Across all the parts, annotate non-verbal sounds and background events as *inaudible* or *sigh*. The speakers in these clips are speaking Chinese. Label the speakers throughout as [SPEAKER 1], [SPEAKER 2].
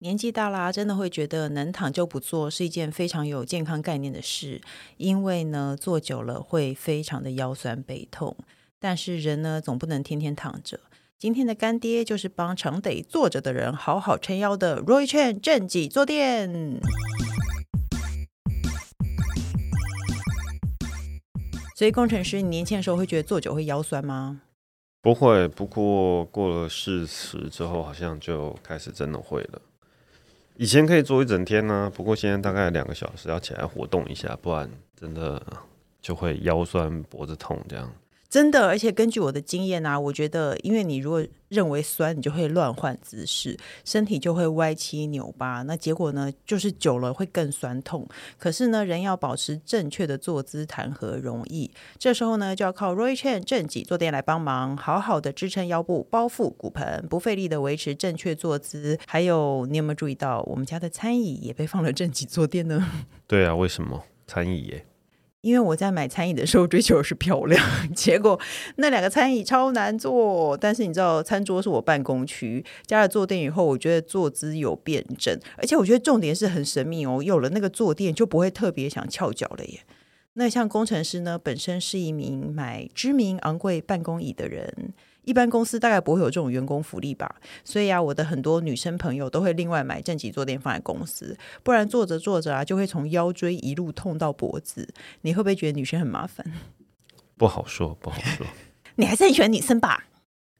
[SPEAKER 1] 年纪大啦，真的会觉得能躺就不坐是一件非常有健康概念的事，因为呢，坐久了会非常的腰酸背痛。但是人呢，总不能天天躺着。今天的干爹就是帮常得坐着的人好好撑腰的 Roy Chen 正脊坐垫。所以工程师，你年轻的时候会觉得坐久会腰酸吗？
[SPEAKER 2] 不会，不过过了四十之后，好像就开始真的会了。以前可以坐一整天呢、不过现在大概两个小时要起来活动一下，不然真的就会腰酸、脖子痛这样。
[SPEAKER 1] 真的，而且根据我的经验啊，我觉得，因为你如果认为酸，你就会乱换姿势，身体就会歪七扭八。那结果呢，就是久了会更酸痛。可是呢，人要保持正确的坐姿，谈何容易？这时候呢，就要靠 Roy Chen 正脊坐垫来帮忙，好好的支撑腰部，包覆骨盆，不费力的维持正确坐姿。还有，你有没有注意到，我们家的餐椅也被放了正脊坐垫呢？
[SPEAKER 2] 对啊，为什么？餐椅耶，
[SPEAKER 1] 因为我在买餐椅的时候追求的是漂亮， *laughs* 结果那两个餐椅超难坐。但是你知道，餐桌是我办公区，加了坐垫以后，我觉得坐姿有变正，而且我觉得重点是很神秘哦，有了那个坐垫就不会特别想翘脚了耶。那像工程师呢，本身是一名买知名昂贵办公椅的人，一般公司大概不会有这种员工福利吧。所以啊，我的很多女生朋友都会另外买正极坐垫放在公司，不然坐着坐着啊，就会从腰椎一路痛到脖子。你会不会觉得女生很麻烦？
[SPEAKER 2] 不好说，不好说。
[SPEAKER 1] 你还是很喜欢女生吧？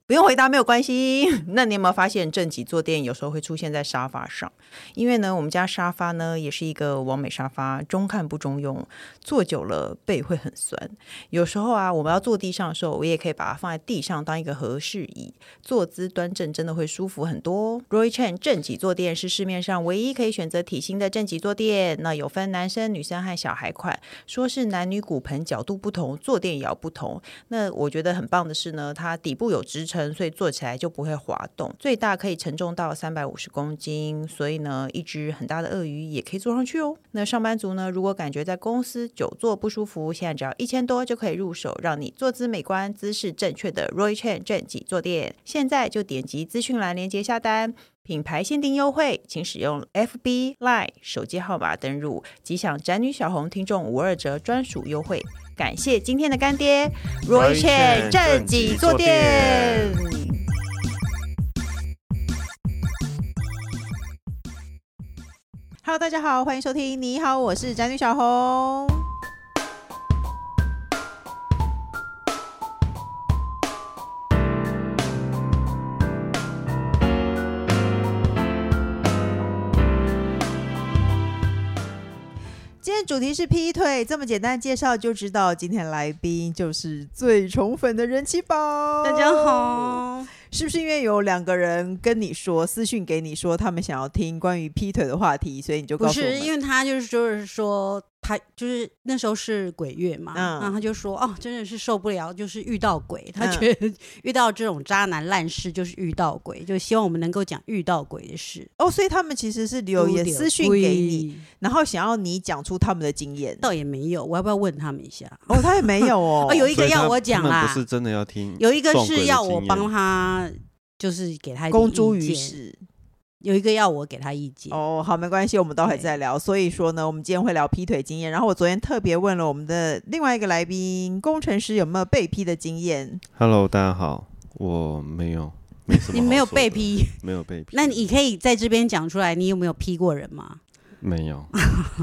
[SPEAKER 1] 不用回答没有关系。 *laughs* 那你有没有发现正极坐垫有时候会出现在沙发上？因为呢，我们家沙发呢也是一个完美沙发，中看不中用，坐久了背会很酸。有时候啊，我们要坐地上的时候，我也可以把它放在地上当一个合适椅，坐姿端正，真的会舒服很多。Roy Chen 正脊坐垫是市面上唯一可以选择体型的正脊坐垫，那有分男生、女生和小孩款，说是男女骨盆角度不同，坐垫也要不同。那我觉得很棒的是呢，它底部有支撑，所以坐起来就不会滑动，最大可以承重到三百五十公斤，所以呢，一只很大的鳄鱼也可以坐上去哦。那上班族呢，如果感觉在公司久坐不舒服，现在只要一千多就可以入手，让你坐姿美观、姿势正确的 Roy Chen 正脊坐垫。现在就点击资讯栏链接下单。品牌限定优惠，请使用 FB Line 手机号码登入，即享宅女小红听众五二折专属优惠。感谢今天的干爹 Roy Chen 正脊坐垫。Hello，大家好，欢迎收听。你好，我是宅女小红。
[SPEAKER 3] 今天主题是劈腿，这么简单介绍就知道，今天来宾就是最宠粉的人气宝。
[SPEAKER 4] 大家，好，
[SPEAKER 3] 是不是因为有两个人跟你说私讯给你说他们想要听关于劈腿的话题，所以 *laughs* 你就告
[SPEAKER 4] 不
[SPEAKER 3] 诉我
[SPEAKER 4] 是
[SPEAKER 3] 们？
[SPEAKER 4] 因为他就是就是说他就是那时候是鬼月嘛，
[SPEAKER 3] 嗯
[SPEAKER 4] 然后他就说哦，真的是受不了，就是遇到鬼，他
[SPEAKER 3] 嗯
[SPEAKER 4] 觉得遇到这种渣男烂事就是遇到鬼，就希望我们能够讲遇到鬼的事。
[SPEAKER 3] 哦，所以他们其实是留言
[SPEAKER 4] 有点
[SPEAKER 3] 私讯给你，
[SPEAKER 4] 贵，
[SPEAKER 3] 然后想要你讲出他们的经
[SPEAKER 4] *laughs*
[SPEAKER 3] 验。
[SPEAKER 4] 倒也没有，我要不要问他们一下？
[SPEAKER 3] 哦，他也没有哦，
[SPEAKER 4] *laughs* 哦， *laughs* 有一
[SPEAKER 2] 所
[SPEAKER 4] 个
[SPEAKER 2] 以他
[SPEAKER 4] 要我讲
[SPEAKER 2] 他们
[SPEAKER 4] 啦
[SPEAKER 2] 不，是真的要听，
[SPEAKER 4] 有一个
[SPEAKER 2] 撞鬼的
[SPEAKER 4] 是要我
[SPEAKER 2] 经验
[SPEAKER 4] 帮他，就是给他一点
[SPEAKER 3] 公诸
[SPEAKER 4] 意
[SPEAKER 3] 于
[SPEAKER 4] 见，
[SPEAKER 3] 世。
[SPEAKER 4] 有一个要我给他意见。
[SPEAKER 3] 哦，好，没关系，我们都还
[SPEAKER 4] 对
[SPEAKER 3] 在聊。所以说呢，我们今天会聊劈腿经验。然后我昨天特别问了我们的另外一个来宾，工程师有没有被劈的经
[SPEAKER 4] *laughs*
[SPEAKER 3] 验？
[SPEAKER 2] Hello，大家好，我没有，没什么，
[SPEAKER 4] 你没有被，批， *laughs*
[SPEAKER 2] 没有被批，
[SPEAKER 4] 那你可以在这边讲出来，你有没有批过人吗？
[SPEAKER 2] 没
[SPEAKER 4] *laughs*
[SPEAKER 2] 有，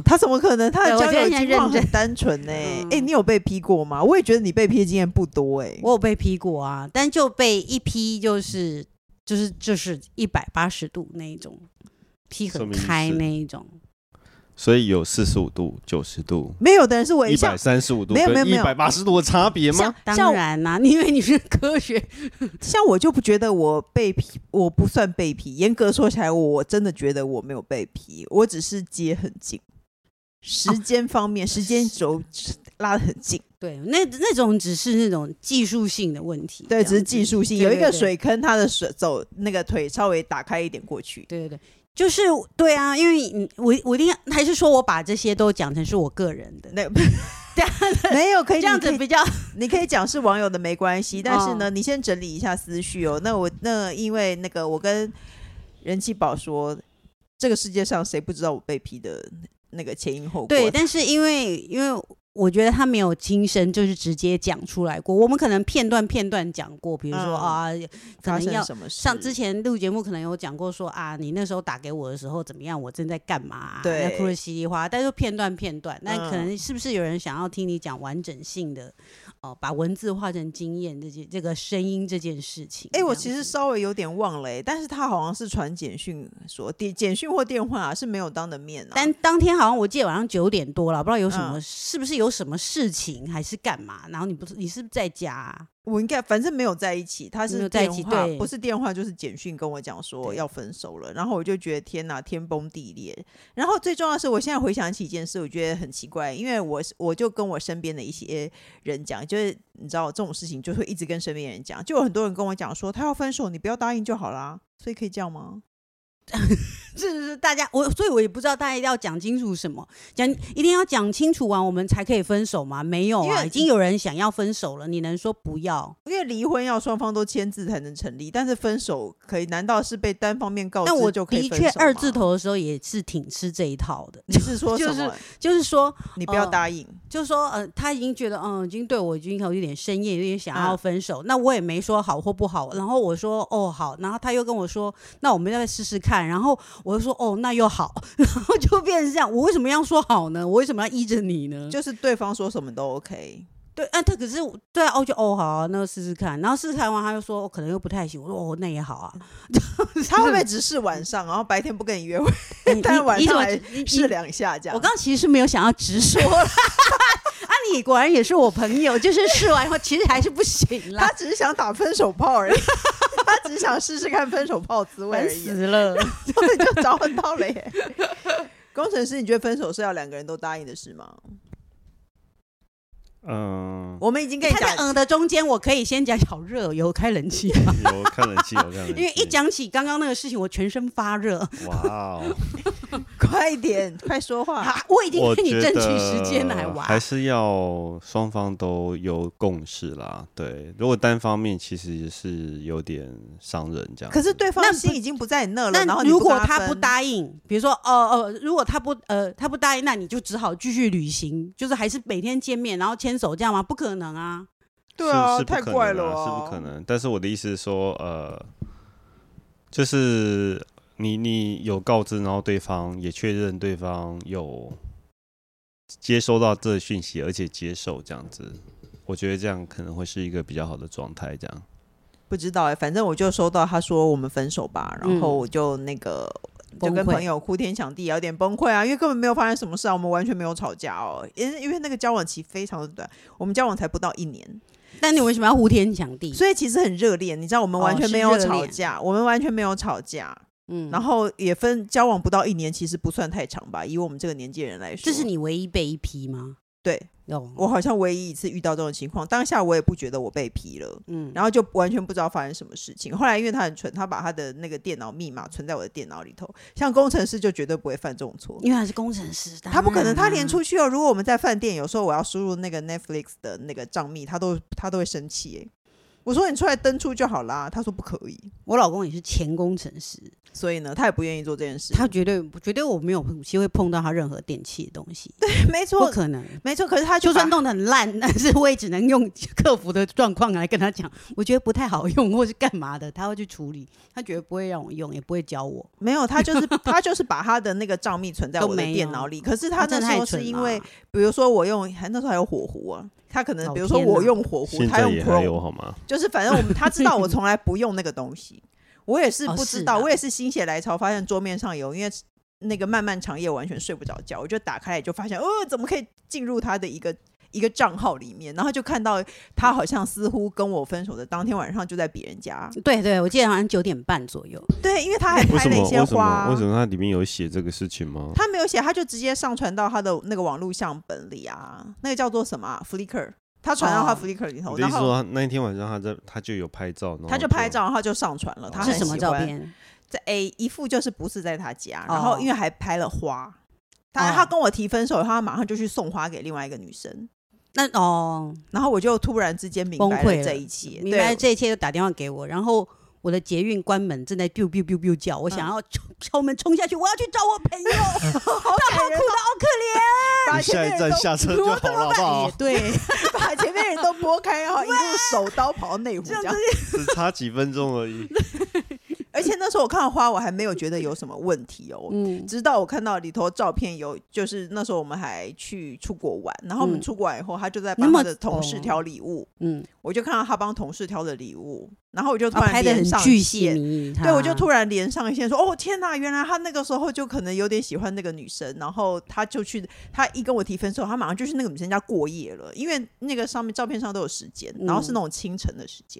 [SPEAKER 3] 他怎么可能？他的
[SPEAKER 4] 对
[SPEAKER 3] 交
[SPEAKER 4] 我觉
[SPEAKER 3] 友
[SPEAKER 4] 得
[SPEAKER 3] 经
[SPEAKER 4] 现在
[SPEAKER 3] 况
[SPEAKER 4] 认真
[SPEAKER 3] 很单纯呢、哎、
[SPEAKER 4] 嗯
[SPEAKER 3] 你有被劈过吗？我也觉得你被劈的经验不多哎、
[SPEAKER 4] 我有被批过啊，但就被一批就是就是就是一百八十度那一种，批
[SPEAKER 2] 什
[SPEAKER 4] 很
[SPEAKER 2] 么意思
[SPEAKER 4] 开那一种。
[SPEAKER 2] 所以有四十五度、九十度、
[SPEAKER 3] 没有的人是我
[SPEAKER 2] 一
[SPEAKER 3] 像
[SPEAKER 2] 百三十五度
[SPEAKER 3] 没有没有
[SPEAKER 2] 跟
[SPEAKER 3] 没
[SPEAKER 2] 一
[SPEAKER 3] 有
[SPEAKER 2] 百八十度的差别吗？
[SPEAKER 3] 像
[SPEAKER 4] 当
[SPEAKER 3] 我
[SPEAKER 4] 然啦、你以为你是科学？
[SPEAKER 3] 像我就不觉得我被劈，我不算被劈。严格说起来，我真的觉得我没有被劈，我只是接很近，时间方
[SPEAKER 4] 哦
[SPEAKER 3] 面、时间轴拉得很近。
[SPEAKER 4] 对，那那种只是那种技术性的问题，
[SPEAKER 3] 对，
[SPEAKER 4] 这样
[SPEAKER 3] 只是
[SPEAKER 4] 子
[SPEAKER 3] 技术性，
[SPEAKER 4] 对
[SPEAKER 3] 有一
[SPEAKER 4] 对
[SPEAKER 3] 个
[SPEAKER 4] 对
[SPEAKER 3] 水坑，他的水走那个腿稍微打开一点过去。
[SPEAKER 4] 对对对，就是对啊，因为你我我一定还是说我把这些都讲成是我个人的， *laughs*
[SPEAKER 3] 那
[SPEAKER 4] 这样子
[SPEAKER 3] *laughs* 没有可以
[SPEAKER 4] 这样
[SPEAKER 3] 你可
[SPEAKER 4] 子
[SPEAKER 3] 以
[SPEAKER 4] 比较
[SPEAKER 3] 你可以讲是网友的没关系，但是呢，你先哦整理一下思绪哦。那我那因为那个我跟人气宝说，这个世界上谁不知道我被批的那个前因后果？
[SPEAKER 4] 对，但是因为因为我觉得他没有亲身就是直接讲出来过，我们可能片段片段讲过，比如说、
[SPEAKER 3] 嗯
[SPEAKER 4] 啊，
[SPEAKER 3] 发
[SPEAKER 4] 可能
[SPEAKER 3] 生
[SPEAKER 4] 要
[SPEAKER 3] 什么事？
[SPEAKER 4] 像之前录节目可能有讲过说啊，你那时候打给我的时候怎么样，我正在干嘛、啊，
[SPEAKER 3] 对
[SPEAKER 4] 要哭得稀里哗啦，但是片段片段，那
[SPEAKER 3] 嗯
[SPEAKER 4] 可能是不是有人想要听你讲完整性的，哦、把文字化成经验这件这个声音这件事情？
[SPEAKER 3] 哎、我其
[SPEAKER 4] 这样
[SPEAKER 3] 实
[SPEAKER 4] 子
[SPEAKER 3] 稍微有点忘了、欸，但是他好像是传简讯说电简讯或电话、啊、是没有当的面啊。
[SPEAKER 4] 但当天好像我记得晚上九点多了，不知道有什么、
[SPEAKER 3] 嗯
[SPEAKER 4] 是不是有什么事情还是干嘛？然后你不是你是不是在家、啊？ *laughs*
[SPEAKER 3] 我应该反正没有在一起，他
[SPEAKER 4] 没
[SPEAKER 3] 是
[SPEAKER 4] 有在一
[SPEAKER 3] 电
[SPEAKER 4] 起
[SPEAKER 3] 话，
[SPEAKER 4] 对
[SPEAKER 3] 不是电话就是简讯跟我讲说
[SPEAKER 4] 对
[SPEAKER 3] 要分手了，然后我就觉得天哪，天崩地裂。然后最重要的是，我现在回想起一件事，我觉得很奇怪，因为我是我就跟我身边的一些人讲，就是你知道这种事情就会一直跟身边人讲，就有很多人跟我讲说他要分手，你不要答应就好啦。所以可以这样吗？
[SPEAKER 4] 这是大家我，所以我也不知道大家要讲清楚什么，讲一定要讲清楚完我们才可以分手吗？没有
[SPEAKER 3] 因
[SPEAKER 4] 啊，
[SPEAKER 3] 为
[SPEAKER 4] 已经有人想要分手了，你能说不要？
[SPEAKER 3] 因为离婚要双方都签字才能成立，但是分手可以，难道是被单方面告
[SPEAKER 4] 但我
[SPEAKER 3] 知
[SPEAKER 4] 的
[SPEAKER 3] 哦就可以分手
[SPEAKER 4] 确
[SPEAKER 3] 吗
[SPEAKER 4] 二字，头的时候也是挺吃这一套的，
[SPEAKER 3] *laughs* 你是说什
[SPEAKER 4] 就
[SPEAKER 3] 么？
[SPEAKER 4] 是就是说，
[SPEAKER 3] 你不要
[SPEAKER 4] 嗯
[SPEAKER 3] 答应。
[SPEAKER 4] 就是说，呃，他已经觉得，嗯，已经对我已经有点生厌，有点想要
[SPEAKER 3] 嗯
[SPEAKER 4] 分手。那我也没说好或不好，然后我说哦好，然后他又跟我说，哦那我们再试试看。然后我就说哦那又好， *laughs* 然后就变成这样。我为什么要说好呢？我为什么要依着你呢？
[SPEAKER 3] 就是对方说什么都
[SPEAKER 4] *laughs*
[SPEAKER 3] OK，
[SPEAKER 4] 对啊，他可是我对啊，我就哦好啊、那试试看，然后试试看完，他又说、哦、可能又不太行，我说哦那也好
[SPEAKER 3] *laughs*
[SPEAKER 4] 啊，
[SPEAKER 3] 他会不会只是晚上，然后白天不跟你约会，
[SPEAKER 4] 哎你
[SPEAKER 3] 但是晚
[SPEAKER 4] 你怎
[SPEAKER 3] 上
[SPEAKER 4] 么
[SPEAKER 3] 来
[SPEAKER 4] 你
[SPEAKER 3] 试两下这样？
[SPEAKER 4] 我刚刚其实是没有想要直说 *laughs* 啦，啊你果然也是我朋友，就是试完以后其实还是不行啦
[SPEAKER 3] 他，只是想打分手炮而已， *laughs* 他只是想试试看分手炮滋味
[SPEAKER 4] 烦
[SPEAKER 3] 而已，
[SPEAKER 4] *laughs* 死了。
[SPEAKER 3] 所以就找很到了耶。 *laughs* 工程师，你觉得分手是要两个人都答应的事吗？
[SPEAKER 2] 嗯，
[SPEAKER 3] 我们已经跟你
[SPEAKER 4] 他在
[SPEAKER 3] 讲，
[SPEAKER 4] 嗯的中间，我可以先讲好热，有开冷气吗，
[SPEAKER 2] 有看冷气，有看冷气，
[SPEAKER 4] 因为 *laughs* 一讲起刚刚那个事情，我全身发热。 *laughs*
[SPEAKER 2] 哇哦，
[SPEAKER 3] 快点，快说话。
[SPEAKER 4] 啊，我已经
[SPEAKER 2] 我
[SPEAKER 4] 跟你
[SPEAKER 2] 觉
[SPEAKER 4] 争取时
[SPEAKER 2] 得
[SPEAKER 4] 间了，呃还玩。
[SPEAKER 2] 还是要双方都有共识啦。对，如果单方面其实是有点伤人这样子。
[SPEAKER 3] 可是对
[SPEAKER 4] 那
[SPEAKER 3] 方
[SPEAKER 4] 不
[SPEAKER 3] 心已经不在你那了，然
[SPEAKER 4] 那
[SPEAKER 3] 后你
[SPEAKER 4] 如
[SPEAKER 3] 不
[SPEAKER 4] 果
[SPEAKER 3] 跟他
[SPEAKER 4] 他不
[SPEAKER 3] 分，
[SPEAKER 4] 答应，比如说，哦哦，如果他不呃他不答应，那你就只好继续旅行，就是还是每天见面，然后牵手这样吗？不可能啊！
[SPEAKER 3] 对啊
[SPEAKER 2] 是是不
[SPEAKER 3] 太
[SPEAKER 2] 可
[SPEAKER 3] 怪
[SPEAKER 2] 能啊
[SPEAKER 3] 了
[SPEAKER 2] 是
[SPEAKER 3] 哦
[SPEAKER 2] 不可能。但是我的意思是说，呃，就是你你有告知，然后对方也确认对方有接收到这讯息，而且接受这样子，我觉得这样可能会是一个比较好的状态。这样，
[SPEAKER 3] 不知道哎、反正我就收到他说我们分手吧，然后我就那个就
[SPEAKER 4] 嗯崩
[SPEAKER 3] 跟
[SPEAKER 4] 溃
[SPEAKER 3] 朋友哭天抢地，有点崩溃啊，因为根本没有发生什么事啊，我们完全没有吵架哦，因为因为那个交往期非常的短，我们交往才不到一年，
[SPEAKER 4] 但你为什么要呼天抢地？
[SPEAKER 3] 所以其实很热恋，你知道我们完全没
[SPEAKER 4] 哦
[SPEAKER 3] 有
[SPEAKER 4] 是热
[SPEAKER 3] 吵
[SPEAKER 4] 恋
[SPEAKER 3] 架，我们完全没有吵架，
[SPEAKER 4] 嗯，
[SPEAKER 3] 然后也分交往不到一年，其实不算太长吧，以我们这个年纪人来说，
[SPEAKER 4] 这是你唯一被一批吗？
[SPEAKER 3] 对
[SPEAKER 4] 有
[SPEAKER 3] 我好像唯一一次遇到这种情况，当下我也不觉得我被批了。
[SPEAKER 4] 嗯，
[SPEAKER 3] 然后就完全不知道发生什么事情。后来因为他很蠢，他把他的那个电脑密码存在我的电脑里头。像工程师就绝对不会犯这种错，
[SPEAKER 4] 因为他是工程师，
[SPEAKER 3] 他不可能，他
[SPEAKER 4] 当然
[SPEAKER 3] 连
[SPEAKER 4] 啊
[SPEAKER 3] 出去哦。如果我们在饭店，有时候我要输入那个 Netflix 的那个账密，他都他都会生气。哎，我说你出来登出就好啦，他说不可以，
[SPEAKER 4] 我老公也是前工程师，
[SPEAKER 3] 所以呢，他也不愿意做这件事。
[SPEAKER 4] 他绝对绝对我没有机会碰到他任何电器的东西，
[SPEAKER 3] 没
[SPEAKER 4] 不
[SPEAKER 3] 错，
[SPEAKER 4] 可能。
[SPEAKER 3] 没错，可是他
[SPEAKER 4] 就
[SPEAKER 3] 就
[SPEAKER 4] 算
[SPEAKER 3] 算
[SPEAKER 4] 弄得很烂，但是我也只能用客服的状况来跟他讲，我觉得不太好用，或是干嘛的，他会去处理，他绝对不会让我用，也不会教我。
[SPEAKER 3] 没有，他
[SPEAKER 4] *laughs*
[SPEAKER 3] 就是他就是把他的那个账密存在
[SPEAKER 4] 都
[SPEAKER 3] 我的
[SPEAKER 4] 没有
[SPEAKER 3] 电脑里。可是
[SPEAKER 4] 啊
[SPEAKER 3] 他
[SPEAKER 4] 真
[SPEAKER 3] 那时
[SPEAKER 4] 的太
[SPEAKER 3] 候
[SPEAKER 4] 蠢
[SPEAKER 3] 是
[SPEAKER 4] 了
[SPEAKER 3] 因为，比如说我用，还那时候还有火狐啊，他可能
[SPEAKER 4] 老
[SPEAKER 3] 比如说
[SPEAKER 4] 天哪
[SPEAKER 3] 我用火狐，
[SPEAKER 2] 现
[SPEAKER 3] 他
[SPEAKER 2] 在
[SPEAKER 3] 用
[SPEAKER 2] 也还
[SPEAKER 3] Chrome
[SPEAKER 2] 有好吗？
[SPEAKER 3] 就是反正我们他知道我从来不用那个东西，我也是
[SPEAKER 4] 哦
[SPEAKER 3] 不
[SPEAKER 4] 是
[SPEAKER 3] 知道，
[SPEAKER 4] 啊
[SPEAKER 3] 我也是心血来潮发现桌面上有，因为那个漫漫长夜完全睡不着觉，我就打开来就发现，哦，怎么可以进入他的一个一个账号里面，然后就看到他好像似乎跟我分手的当天晚上就在别人家，
[SPEAKER 4] 对对，我记得好像九点半左右，
[SPEAKER 3] 对，因为他还
[SPEAKER 2] 为
[SPEAKER 3] 拍
[SPEAKER 2] 什
[SPEAKER 3] 了
[SPEAKER 2] 么？
[SPEAKER 3] 一些
[SPEAKER 2] 为什
[SPEAKER 3] 花
[SPEAKER 2] 么？为，什么它里面有写这个事情吗？
[SPEAKER 3] 他没有写，他就直接上传到他的那个网络相本里啊，那个叫做什么、啊、Flickr，他传到他
[SPEAKER 4] 哦
[SPEAKER 3] Flickr 里头，
[SPEAKER 2] 我的意
[SPEAKER 3] 然
[SPEAKER 2] 思说，
[SPEAKER 3] 后
[SPEAKER 2] 他那一天晚上他在他哦就有拍照，然后
[SPEAKER 3] 他就拍照，然后就上传了，他
[SPEAKER 2] 啊
[SPEAKER 4] 是
[SPEAKER 3] 很
[SPEAKER 4] 什么
[SPEAKER 3] 喜
[SPEAKER 4] 照
[SPEAKER 3] 欢
[SPEAKER 4] 片？
[SPEAKER 3] 在 A 一副就是不是在他家，
[SPEAKER 4] 哦
[SPEAKER 3] 然后因为还拍了花。他
[SPEAKER 4] 哦
[SPEAKER 3] 他跟我提分手以后，他马上就去送花给另外一个女生，
[SPEAKER 4] 那哦，
[SPEAKER 3] 然后我就突然之间明白
[SPEAKER 4] 崩溃了
[SPEAKER 3] 这一切，
[SPEAKER 4] 明白
[SPEAKER 3] 对
[SPEAKER 4] 这一切就打电话给我，然后我的捷运关门正在 biu biu biu biu
[SPEAKER 3] 嗯
[SPEAKER 4] 叫，我想要敲敲门冲下去，我要去找我
[SPEAKER 3] *laughs*
[SPEAKER 4] 朋友，他跑哭的
[SPEAKER 3] 哦
[SPEAKER 4] 好可
[SPEAKER 5] *laughs*
[SPEAKER 4] 怜。
[SPEAKER 3] 把
[SPEAKER 5] 你
[SPEAKER 3] 前
[SPEAKER 5] 下一
[SPEAKER 3] 面人
[SPEAKER 5] 站
[SPEAKER 3] 都
[SPEAKER 5] 下
[SPEAKER 3] *laughs*
[SPEAKER 5] 车就好了，好不好
[SPEAKER 4] 也？对，
[SPEAKER 3] 把前面人都拨开，然
[SPEAKER 4] *laughs*
[SPEAKER 3] 后一路手刀跑到内湖这样。
[SPEAKER 5] 只差几分钟而
[SPEAKER 3] *laughs*
[SPEAKER 5] 已。
[SPEAKER 3] 而且那时候我看到花，我还没有觉得有什么问题哦。
[SPEAKER 4] 嗯，
[SPEAKER 3] 直到我看到里头照片有，就是那时候我们还去出国玩，然后我们
[SPEAKER 4] 嗯
[SPEAKER 3] 出国玩以后，他就在
[SPEAKER 4] 那
[SPEAKER 3] 帮
[SPEAKER 4] 么
[SPEAKER 3] 他的同
[SPEAKER 4] 哦
[SPEAKER 3] 事挑礼物，
[SPEAKER 4] 嗯，
[SPEAKER 3] 我就看到他帮同事挑的礼物，然后我就突
[SPEAKER 4] 他
[SPEAKER 3] 然
[SPEAKER 4] 哦拍的很
[SPEAKER 3] 连上
[SPEAKER 4] 巨细
[SPEAKER 3] 线
[SPEAKER 4] 靡遗，
[SPEAKER 3] 对，我就突
[SPEAKER 4] 然
[SPEAKER 3] 然连上一线说，哦天哪，原来他那个时候就可能有点喜欢那个女生，然后他就去，他一跟我提分手，他马上就去那个女生家过夜了，因为那个上面照片上都有时间，然后是那种清晨的时间，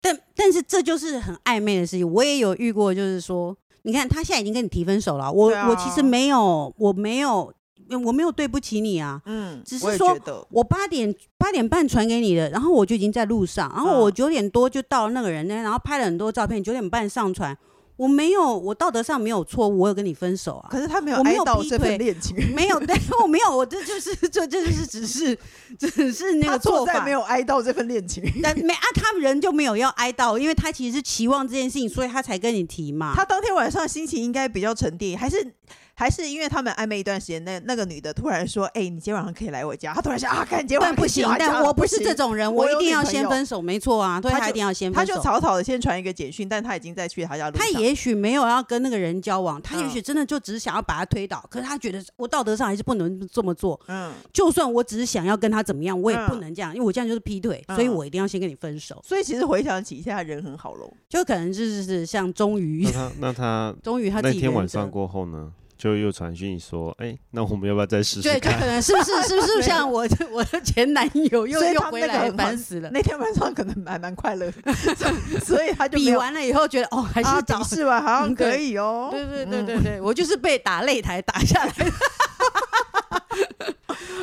[SPEAKER 4] 但但是这就是很暧昧的事情，我也有遇过，就是说，你看他现在已经跟你提分手了，我、
[SPEAKER 3] 对啊
[SPEAKER 4] 我其实没有，我没有，嗯我没有对不起你啊，
[SPEAKER 3] 嗯，
[SPEAKER 4] 只是
[SPEAKER 3] 我也
[SPEAKER 4] 说
[SPEAKER 3] 觉得，
[SPEAKER 4] 我八点八点半传给你的，然后我就已经在路上，
[SPEAKER 3] 嗯
[SPEAKER 4] 然后我九点多就到了那个人那边，然后拍了很多照片，九点半上传，我没有，我道德上没有错误，我有跟你分手啊，
[SPEAKER 3] 可是他没有
[SPEAKER 4] 我没
[SPEAKER 3] 哀
[SPEAKER 4] 有
[SPEAKER 3] 悼
[SPEAKER 4] 劈
[SPEAKER 3] 这份
[SPEAKER 4] 腿
[SPEAKER 3] 恋情， *laughs*
[SPEAKER 4] 没有，对， *laughs* 我没有，我这就是这这就是只是只是那
[SPEAKER 3] 他
[SPEAKER 4] 个
[SPEAKER 3] 错
[SPEAKER 4] 做
[SPEAKER 3] 在
[SPEAKER 4] 法
[SPEAKER 3] 没有哀悼这份恋情，
[SPEAKER 4] 但没啊，他们人就没有要哀悼，因为他其实是期望这件事情，所以他才跟你提嘛。
[SPEAKER 3] *laughs* 他当天晚上心情应该比较沉淀，还是还是因为他们暧昧一段时间，那那个女的突然说：“哎、你今天晚上可以来我家。”他突然想啊，看你今天晚
[SPEAKER 4] 但
[SPEAKER 3] 上
[SPEAKER 4] 不
[SPEAKER 3] 可以去
[SPEAKER 4] 行
[SPEAKER 3] 我，家
[SPEAKER 4] 但
[SPEAKER 3] 了
[SPEAKER 4] 我
[SPEAKER 3] 不
[SPEAKER 4] 不是
[SPEAKER 3] 行
[SPEAKER 4] 这种人，
[SPEAKER 3] 我
[SPEAKER 4] 我一
[SPEAKER 3] 有
[SPEAKER 4] 定
[SPEAKER 3] 女
[SPEAKER 4] 要
[SPEAKER 3] 朋
[SPEAKER 4] 先
[SPEAKER 3] 友
[SPEAKER 4] 分手，没错啊，对
[SPEAKER 3] 他
[SPEAKER 4] 他
[SPEAKER 3] 就
[SPEAKER 4] 一定要先
[SPEAKER 3] 他
[SPEAKER 4] 分
[SPEAKER 3] 就
[SPEAKER 4] 手。
[SPEAKER 3] 草草的先传一个简讯，但他已经在去他家路
[SPEAKER 4] 他
[SPEAKER 3] 上。
[SPEAKER 4] 也许没有要跟那个人交往，他也
[SPEAKER 3] 嗯
[SPEAKER 4] 许真的就只是想要把他推倒，可是他觉得我道德上还是不能这么做。
[SPEAKER 3] 嗯，
[SPEAKER 4] 就算我只是想要跟他怎么样，我也不
[SPEAKER 3] 嗯
[SPEAKER 4] 能这样，因为我这样就是劈腿，所以
[SPEAKER 3] 嗯
[SPEAKER 4] 我一定要先跟你分手。
[SPEAKER 3] 所以其实回想起，现在人很好喽。
[SPEAKER 4] 就可能就是是像终于 *laughs*
[SPEAKER 2] 那他那他
[SPEAKER 4] 终于他
[SPEAKER 2] 嗯
[SPEAKER 4] 自
[SPEAKER 2] 那
[SPEAKER 4] 己
[SPEAKER 2] 天
[SPEAKER 4] 原
[SPEAKER 2] 晚
[SPEAKER 4] 则
[SPEAKER 2] 上过后呢，就又传讯说，哎、那我们要不要再试试
[SPEAKER 4] 对，就
[SPEAKER 2] 看？
[SPEAKER 4] 可能是不是是不是像我 *laughs* 的我的前男友又
[SPEAKER 3] 所以
[SPEAKER 4] 又
[SPEAKER 3] 他们
[SPEAKER 4] 回
[SPEAKER 3] 那个
[SPEAKER 4] 来，
[SPEAKER 3] 很
[SPEAKER 4] 烦
[SPEAKER 3] 好
[SPEAKER 4] 死了。
[SPEAKER 3] 那天晚上可能还蛮快乐的， *laughs* 所以他就没
[SPEAKER 4] 比
[SPEAKER 3] 有
[SPEAKER 4] 完了以后觉得哦，还是
[SPEAKER 3] 啊，
[SPEAKER 4] 找
[SPEAKER 3] 比试完好像
[SPEAKER 4] 嗯对
[SPEAKER 3] 可以哦。
[SPEAKER 4] 对对对对对，我就是被打擂台打
[SPEAKER 3] *laughs*
[SPEAKER 4] 下来的。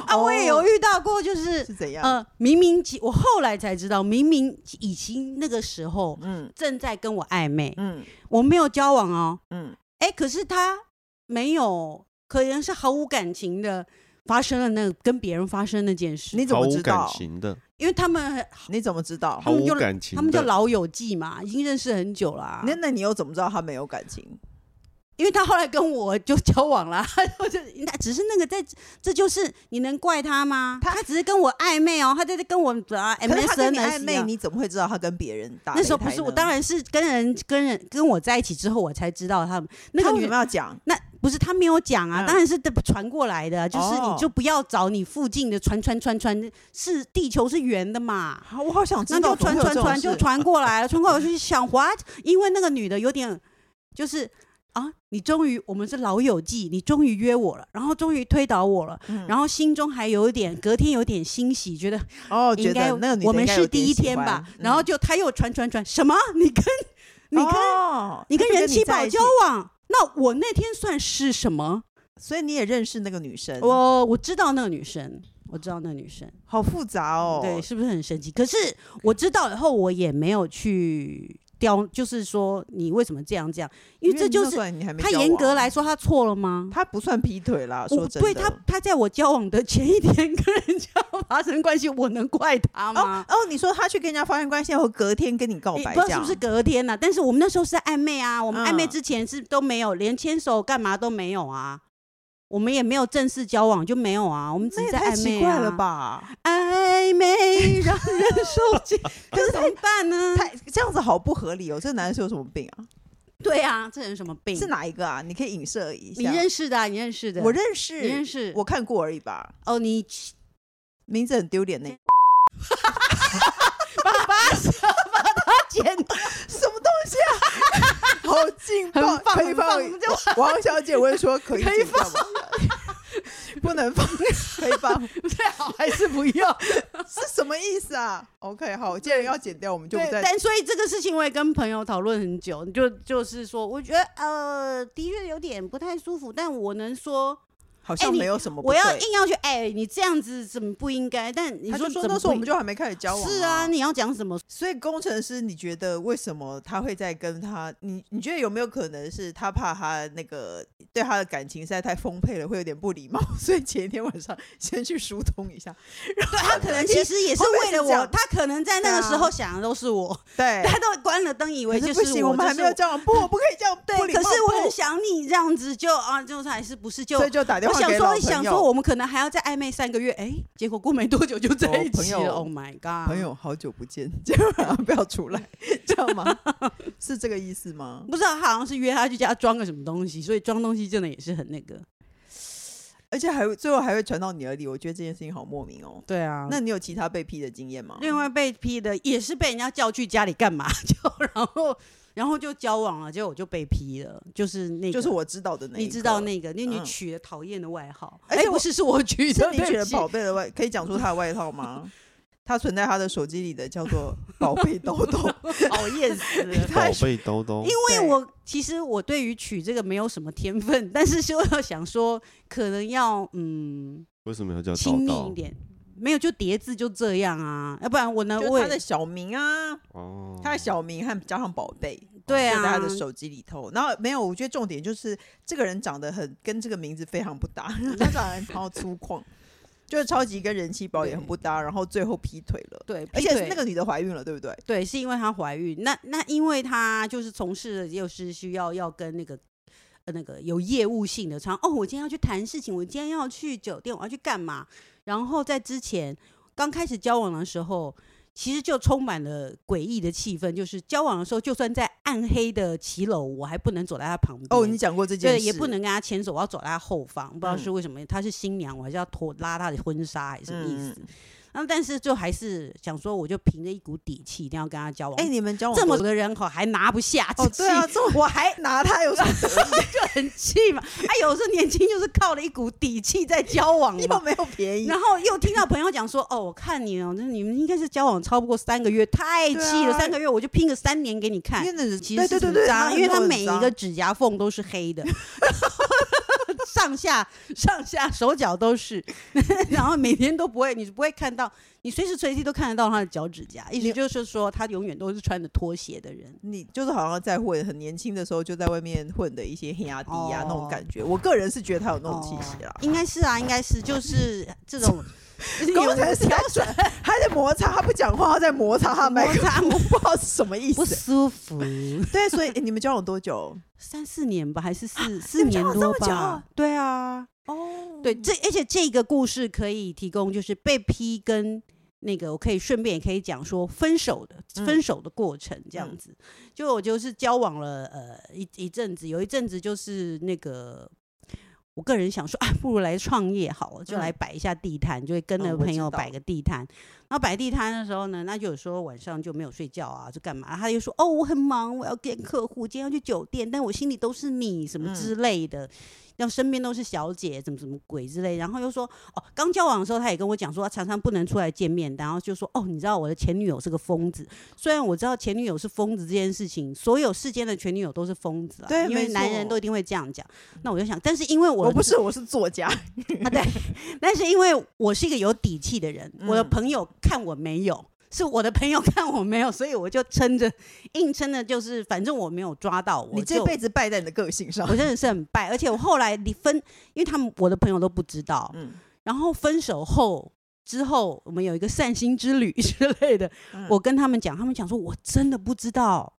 [SPEAKER 4] 啊，我也有遇到过，就是
[SPEAKER 3] 哦是怎样？
[SPEAKER 4] 呃，明明其我后来才知道，明明已经那个时候
[SPEAKER 3] 嗯
[SPEAKER 4] 正在跟我暧昧，
[SPEAKER 3] 嗯
[SPEAKER 4] 我没有交往哦，
[SPEAKER 3] 嗯，
[SPEAKER 4] 哎，可是他没有，可能是毫无感情的发生了那跟别人发生那件事，
[SPEAKER 3] 你怎
[SPEAKER 2] 毫
[SPEAKER 3] 么
[SPEAKER 2] 无
[SPEAKER 3] 知
[SPEAKER 2] 感
[SPEAKER 3] 道？
[SPEAKER 2] 情的，
[SPEAKER 4] 因为他们
[SPEAKER 3] 你怎么知道？
[SPEAKER 2] 毫
[SPEAKER 4] 们
[SPEAKER 2] 无
[SPEAKER 4] 就
[SPEAKER 2] 感情的，
[SPEAKER 4] 他们叫老友记嘛，已经认识很久啊啦、
[SPEAKER 3] 那那你又怎么知道他没有感情？
[SPEAKER 4] 因为他后来跟我就交往了，我就那只是那个在，这就是你能怪他吗？他只是跟我暧昧哦，他在跟我啊
[SPEAKER 3] 可是他跟
[SPEAKER 4] MSN
[SPEAKER 3] 你
[SPEAKER 4] 的
[SPEAKER 3] 暧昧，你怎么会知道他跟别人打擂台呢？
[SPEAKER 4] 那时候不是我，当然是跟人跟人跟我在一起之后，我才知道他们那
[SPEAKER 3] 他
[SPEAKER 4] 个
[SPEAKER 3] 为
[SPEAKER 4] 女
[SPEAKER 3] 什么要讲？
[SPEAKER 4] 那不是他没有讲
[SPEAKER 3] 嗯
[SPEAKER 4] 啊，当然是传过来的，就是你就不要找你附近的传传传传，是地球是圆的嘛。
[SPEAKER 3] 啊，我好想知
[SPEAKER 4] 那
[SPEAKER 3] 道
[SPEAKER 4] 就
[SPEAKER 3] 怎么
[SPEAKER 4] 传
[SPEAKER 3] 会有
[SPEAKER 4] 传
[SPEAKER 3] 这种
[SPEAKER 4] 传就
[SPEAKER 3] 事嗯
[SPEAKER 4] 传过来了，传过来我就想 what？因为那个女的有点就是啊，你终于我们是老友记，你终于约我了，然后终于推倒我了，
[SPEAKER 3] 嗯
[SPEAKER 4] 然后心中还有一点，隔天有点欣喜，觉得
[SPEAKER 3] 哦，
[SPEAKER 4] 应
[SPEAKER 3] 觉
[SPEAKER 4] 该
[SPEAKER 3] 得那个女的
[SPEAKER 4] 我们
[SPEAKER 3] 应该
[SPEAKER 4] 是
[SPEAKER 3] 有
[SPEAKER 4] 第
[SPEAKER 3] 点
[SPEAKER 4] 一
[SPEAKER 3] 喜
[SPEAKER 4] 天吧
[SPEAKER 3] 欢，
[SPEAKER 4] 然后
[SPEAKER 3] 嗯
[SPEAKER 4] 就他又传传传什么？你跟你跟、
[SPEAKER 3] 哦
[SPEAKER 4] 你跟
[SPEAKER 3] 他就
[SPEAKER 4] 人
[SPEAKER 3] 你
[SPEAKER 4] 气
[SPEAKER 3] 在
[SPEAKER 4] 宝
[SPEAKER 3] 一起
[SPEAKER 4] 交往，那我那天算是什么？
[SPEAKER 3] 所以你也认识那个女生，
[SPEAKER 4] 我我知道那个女生，我知道那个女生。
[SPEAKER 3] 好复杂哦。
[SPEAKER 4] 对，，是不是很神奇？可是我知道以后，我也没有去刁，就是说你为什么这样这样？因为这就
[SPEAKER 3] 那
[SPEAKER 4] 是
[SPEAKER 3] 时候你还没
[SPEAKER 4] 他
[SPEAKER 3] 交
[SPEAKER 4] 严格
[SPEAKER 3] 往啊
[SPEAKER 4] 来，说，他错了吗？
[SPEAKER 3] 他不算劈腿啦。
[SPEAKER 4] 我
[SPEAKER 3] 说真的，
[SPEAKER 4] 对他，他在我交往的前一天跟人家发生关系，我能怪他
[SPEAKER 3] 哦
[SPEAKER 4] 吗？
[SPEAKER 3] 哦，你说他去跟人家发生关系后，隔天跟你告
[SPEAKER 4] 你
[SPEAKER 3] 白，
[SPEAKER 4] 啊不
[SPEAKER 3] 这
[SPEAKER 4] 知道是
[SPEAKER 3] 样
[SPEAKER 4] 不是隔天呢、啊但是我们那时候是在暧昧啊，我们暧昧
[SPEAKER 3] 嗯
[SPEAKER 4] 之前是都没有，连牵手干嘛都没有啊，我们也没有正式交往就没有啊，我们只
[SPEAKER 3] 那
[SPEAKER 4] 是
[SPEAKER 3] 也
[SPEAKER 4] 在
[SPEAKER 3] 太
[SPEAKER 4] 暧
[SPEAKER 3] 奇
[SPEAKER 4] 昧、啊。
[SPEAKER 3] 怪了吧？
[SPEAKER 4] 暧昧让人受
[SPEAKER 3] *laughs*
[SPEAKER 4] 尽，可是怎么办呢？
[SPEAKER 3] 太这样子好不合理哦！这个男生是有什么病啊？
[SPEAKER 4] 对啊，这人什么病？
[SPEAKER 3] 是？哪一个啊？你可以影射一
[SPEAKER 4] 你
[SPEAKER 3] 下。
[SPEAKER 4] 认识的、啊，你认识的，
[SPEAKER 3] 我认识，
[SPEAKER 4] 你认识
[SPEAKER 3] 我看过而已吧。
[SPEAKER 4] 哦，你
[SPEAKER 3] *laughs* 名字很丢脸呢，
[SPEAKER 4] *laughs* 把把手把它剪掉，
[SPEAKER 3] 什么东西啊？ *laughs* 好劲爆！
[SPEAKER 4] 很棒
[SPEAKER 3] 可以
[SPEAKER 4] 很
[SPEAKER 3] 放
[SPEAKER 4] 棒我们就
[SPEAKER 3] 王小姐问说可以
[SPEAKER 4] 可以
[SPEAKER 3] 剪掉吗？ *laughs* 不能放，可以放。
[SPEAKER 4] 最好还是不要。
[SPEAKER 3] 是什么意思啊？OK，好，既然要剪掉，我们就不
[SPEAKER 4] 对，
[SPEAKER 3] 再。
[SPEAKER 4] 但所以这个事情我也跟朋友讨论很久，就就是说，我觉得呃，的确有点不太舒服，但我能说。
[SPEAKER 3] 好
[SPEAKER 4] 哎
[SPEAKER 3] 像
[SPEAKER 4] 你
[SPEAKER 3] 没有什么不
[SPEAKER 4] 我
[SPEAKER 3] 对。
[SPEAKER 4] 要硬要去哎、你这样子怎么不应该？但你
[SPEAKER 3] 他
[SPEAKER 4] 说
[SPEAKER 3] 就说
[SPEAKER 4] 怎么
[SPEAKER 3] 那时候
[SPEAKER 4] 不
[SPEAKER 3] 我们就还没开始交往、
[SPEAKER 4] 是
[SPEAKER 3] 啊
[SPEAKER 4] 啊，，你要讲什么？
[SPEAKER 3] 所以工程师，你觉得为什么他会在跟他？你你觉得有没有可能是他怕他那个对他的感情实在太丰沛了，会有点不礼貌， *laughs* 所以前一天晚上先去疏通一下？
[SPEAKER 4] 对他可
[SPEAKER 3] *laughs*
[SPEAKER 4] 能其实也是
[SPEAKER 3] 会不会
[SPEAKER 4] 为了
[SPEAKER 3] 是这
[SPEAKER 4] 我，
[SPEAKER 3] 样
[SPEAKER 4] 他可能在那个时
[SPEAKER 3] 对啊
[SPEAKER 4] 候想的都是我，
[SPEAKER 3] 对，
[SPEAKER 4] 他都关了灯，以为
[SPEAKER 3] 可
[SPEAKER 4] 就是
[SPEAKER 3] 不行，
[SPEAKER 4] 我，
[SPEAKER 3] 我们还没
[SPEAKER 4] 就是
[SPEAKER 3] 有交往，不，不可以这样，
[SPEAKER 4] 对
[SPEAKER 3] 不，礼
[SPEAKER 4] 可
[SPEAKER 3] 貌
[SPEAKER 4] 是我
[SPEAKER 3] 不
[SPEAKER 4] 很想你这样子就啊，就是还是不是就
[SPEAKER 3] 所以就打电
[SPEAKER 4] 我
[SPEAKER 3] 话
[SPEAKER 4] 想
[SPEAKER 3] 给老
[SPEAKER 4] 说
[SPEAKER 3] 朋友，
[SPEAKER 4] 想说我们可能还要再暧昧三个月，哎，结果过没多久就在一起
[SPEAKER 3] 哦朋
[SPEAKER 4] 了。
[SPEAKER 3] 友
[SPEAKER 4] Oh my god，
[SPEAKER 3] 朋友好久不见， *laughs* 今天晚上不要出来， *laughs* 知道吗？是这个意思吗？
[SPEAKER 4] 不知道他好像是约他去家装个什么东西，所以装东西真的也是很那个。
[SPEAKER 3] 而且还会最后还会传到你耳里，我觉得这件事情好莫名哦。
[SPEAKER 4] 对啊
[SPEAKER 3] 那你有其他被批的经验吗？
[SPEAKER 4] 另外被批的也是被人家叫去家里干嘛， *laughs* 就然后然后就交往了，结果我就被批了，就是那个
[SPEAKER 3] 就是。我知道的那一刻，
[SPEAKER 4] 你知道那个，因为你
[SPEAKER 3] 嗯
[SPEAKER 4] 取了讨厌的外号，
[SPEAKER 3] 而
[SPEAKER 4] 哎，
[SPEAKER 3] 且我
[SPEAKER 4] 不是是我取
[SPEAKER 3] 是
[SPEAKER 4] 的，
[SPEAKER 3] 你
[SPEAKER 4] 对不
[SPEAKER 3] 取了
[SPEAKER 4] 起
[SPEAKER 3] 宝贝的外，可以讲出他的外套吗？ *laughs* 他存在他的手机里的叫
[SPEAKER 4] *laughs*
[SPEAKER 3] 做“宝贝兜兜。
[SPEAKER 4] 讨厌死了
[SPEAKER 3] *laughs* 他
[SPEAKER 5] 宝贝兜兜，因为
[SPEAKER 4] 因
[SPEAKER 3] 对
[SPEAKER 4] 为我其实我对于曲这个没有什么天分，但是就要想说，可能要嗯
[SPEAKER 5] 为什么要叫
[SPEAKER 4] 亲
[SPEAKER 5] 叨
[SPEAKER 4] 密一
[SPEAKER 5] 叨？
[SPEAKER 4] 点，没有就叠字就这样啊，要不然我”，能
[SPEAKER 3] 就是
[SPEAKER 4] 我
[SPEAKER 3] 他的
[SPEAKER 4] 也
[SPEAKER 3] 小名啊，
[SPEAKER 5] 哦，
[SPEAKER 3] 他的小名和加上宝贝，
[SPEAKER 4] 对
[SPEAKER 3] 就在他
[SPEAKER 4] 啊，
[SPEAKER 3] 的手机里头。然后没有，我觉得重点就是这个人长得很跟这个名字非常不
[SPEAKER 4] *laughs*
[SPEAKER 3] 搭，他长得超粗犷，就是超级跟人气宝也很不搭，然后最后劈腿了。
[SPEAKER 4] 对，
[SPEAKER 3] 而
[SPEAKER 4] 劈
[SPEAKER 3] 且是
[SPEAKER 4] 腿
[SPEAKER 3] 那个女的怀孕了，对不对？
[SPEAKER 4] 对，是因为她怀孕，那那因为她就是从事的又是需要要跟那个。呃那个有业务性的，常哦，我今天要去谈事情，我今天要去酒店，我要去干嘛？然后在之前刚开始交往的时候，其实就充满了诡异的气氛，就是交往的时候，就算在暗黑的骑楼，我还不能走在他旁边。
[SPEAKER 3] 哦，你讲过这件
[SPEAKER 4] 对，
[SPEAKER 3] 事，
[SPEAKER 4] 也不能跟他牵手，我要走在他后方，不知道
[SPEAKER 3] 嗯
[SPEAKER 4] 是为什么，她是新娘，我还是要拖拉她的婚纱，还是什么意思？
[SPEAKER 3] 嗯。
[SPEAKER 4] 那、但是就还是想说，我就凭着一股底气，一定要跟他交往。
[SPEAKER 3] 哎、你们交往
[SPEAKER 4] 这么
[SPEAKER 3] 多
[SPEAKER 4] 多的人口还拿不下，
[SPEAKER 3] 哦，对啊，，这么
[SPEAKER 4] 我还
[SPEAKER 3] 拿他有什 *laughs* 么得意？
[SPEAKER 4] 就很气嘛。哎，有时候年轻就是靠了一股底气在交
[SPEAKER 3] *laughs*
[SPEAKER 4] 往
[SPEAKER 3] 又
[SPEAKER 4] 嘛。
[SPEAKER 3] 没有便宜，
[SPEAKER 4] 然后又听到朋友讲说，哦，我看你哦，那你们应该是交往超不过三个月，太
[SPEAKER 3] 对啊
[SPEAKER 4] 气了，三个月我就拼个三年给你
[SPEAKER 3] *laughs*
[SPEAKER 4] 看
[SPEAKER 3] 因为。那是
[SPEAKER 4] 其
[SPEAKER 3] 对
[SPEAKER 4] 实是
[SPEAKER 3] 对
[SPEAKER 4] 很
[SPEAKER 3] 对对，
[SPEAKER 4] 脏，因为
[SPEAKER 3] 他
[SPEAKER 4] 它每一个指甲缝都是
[SPEAKER 3] *laughs*
[SPEAKER 4] 黑的，上下上下手脚都是， *laughs* 然后每天都不会，你不会看到，你随时随地都看得到他的脚趾甲，意思就是说他永远都是穿着拖鞋的人。
[SPEAKER 3] 你就是好像在混很年轻的时候就在外面混的一些黑压低呀
[SPEAKER 4] 哦
[SPEAKER 3] 那种感觉。我个人是觉得他有那种气息啦
[SPEAKER 4] 哦。应该是啊，应该是就是
[SPEAKER 3] *laughs*
[SPEAKER 4] 这种
[SPEAKER 3] 工程师
[SPEAKER 4] 有
[SPEAKER 3] 在转， *laughs* 他在摩擦，他不讲话，他在摩擦他麦克
[SPEAKER 4] 摩擦
[SPEAKER 3] 风， *laughs* 不知道是什么意
[SPEAKER 4] 不
[SPEAKER 3] 思。
[SPEAKER 4] 舒服，
[SPEAKER 3] 对，所以、诶你们交往多久？
[SPEAKER 4] 三四年吧，还是四
[SPEAKER 3] 啊你
[SPEAKER 4] 四
[SPEAKER 3] 们交
[SPEAKER 4] 年
[SPEAKER 3] 往
[SPEAKER 4] 多
[SPEAKER 3] 这么久
[SPEAKER 4] 吧？对啊，
[SPEAKER 3] *laughs* 哦，
[SPEAKER 4] 对，这而且这个故事可以提供就是被批跟那个，我可以顺便也可以讲说分手的、
[SPEAKER 3] 嗯
[SPEAKER 4] 分手的过程这样
[SPEAKER 3] 嗯
[SPEAKER 4] 子。就我就是交往了呃一一阵子，有一阵子就是那个。我个人想说啊，不如来创业好了，就
[SPEAKER 3] 嗯
[SPEAKER 4] 来摆一下地摊，就会跟
[SPEAKER 3] 嗯
[SPEAKER 4] 着
[SPEAKER 3] 我
[SPEAKER 4] 朋
[SPEAKER 3] 知
[SPEAKER 4] 友
[SPEAKER 3] 道
[SPEAKER 4] 摆个地摊。然后摆地摊的时候呢，那就有时候晚上就没有睡觉啊，就干嘛？他就说哦，我很忙，我要见客户，今天要去酒店，但我心里都是你什么
[SPEAKER 3] 嗯
[SPEAKER 4] 之类的。然后身边都是小姐，怎么怎么鬼之类，然后又说哦，刚交往的时候，他也跟我讲说，他常常不能出来见面，然后就说哦，你知道我的前女友是个疯子。虽然我知道前女友是疯子这件事情，所有世间的前女友都是疯子啊，
[SPEAKER 3] 对
[SPEAKER 4] 因
[SPEAKER 3] 没
[SPEAKER 4] 为男人
[SPEAKER 3] 错
[SPEAKER 4] 都一定会这样讲。那我就想，但是因为我
[SPEAKER 3] 我不是，我是作家。
[SPEAKER 4] 啊，对，但是因为我是一个有底气的人，我的
[SPEAKER 3] 嗯
[SPEAKER 4] 朋友看我没有，是我的朋友看我没有，所以我就撑着，硬撑着，就是反正我没有抓到，我
[SPEAKER 3] 你这
[SPEAKER 4] 就
[SPEAKER 3] 辈子败在你的个性上
[SPEAKER 4] 我。真的是很败，而且我后来离分，因为他们我的朋友都不知道，
[SPEAKER 3] 嗯，
[SPEAKER 4] 然后分手后。之后我们有一个散心之旅 *laughs* 之类的，
[SPEAKER 3] 嗯 *laughs*
[SPEAKER 4] 我跟他们讲，他们讲说，我真的不知道，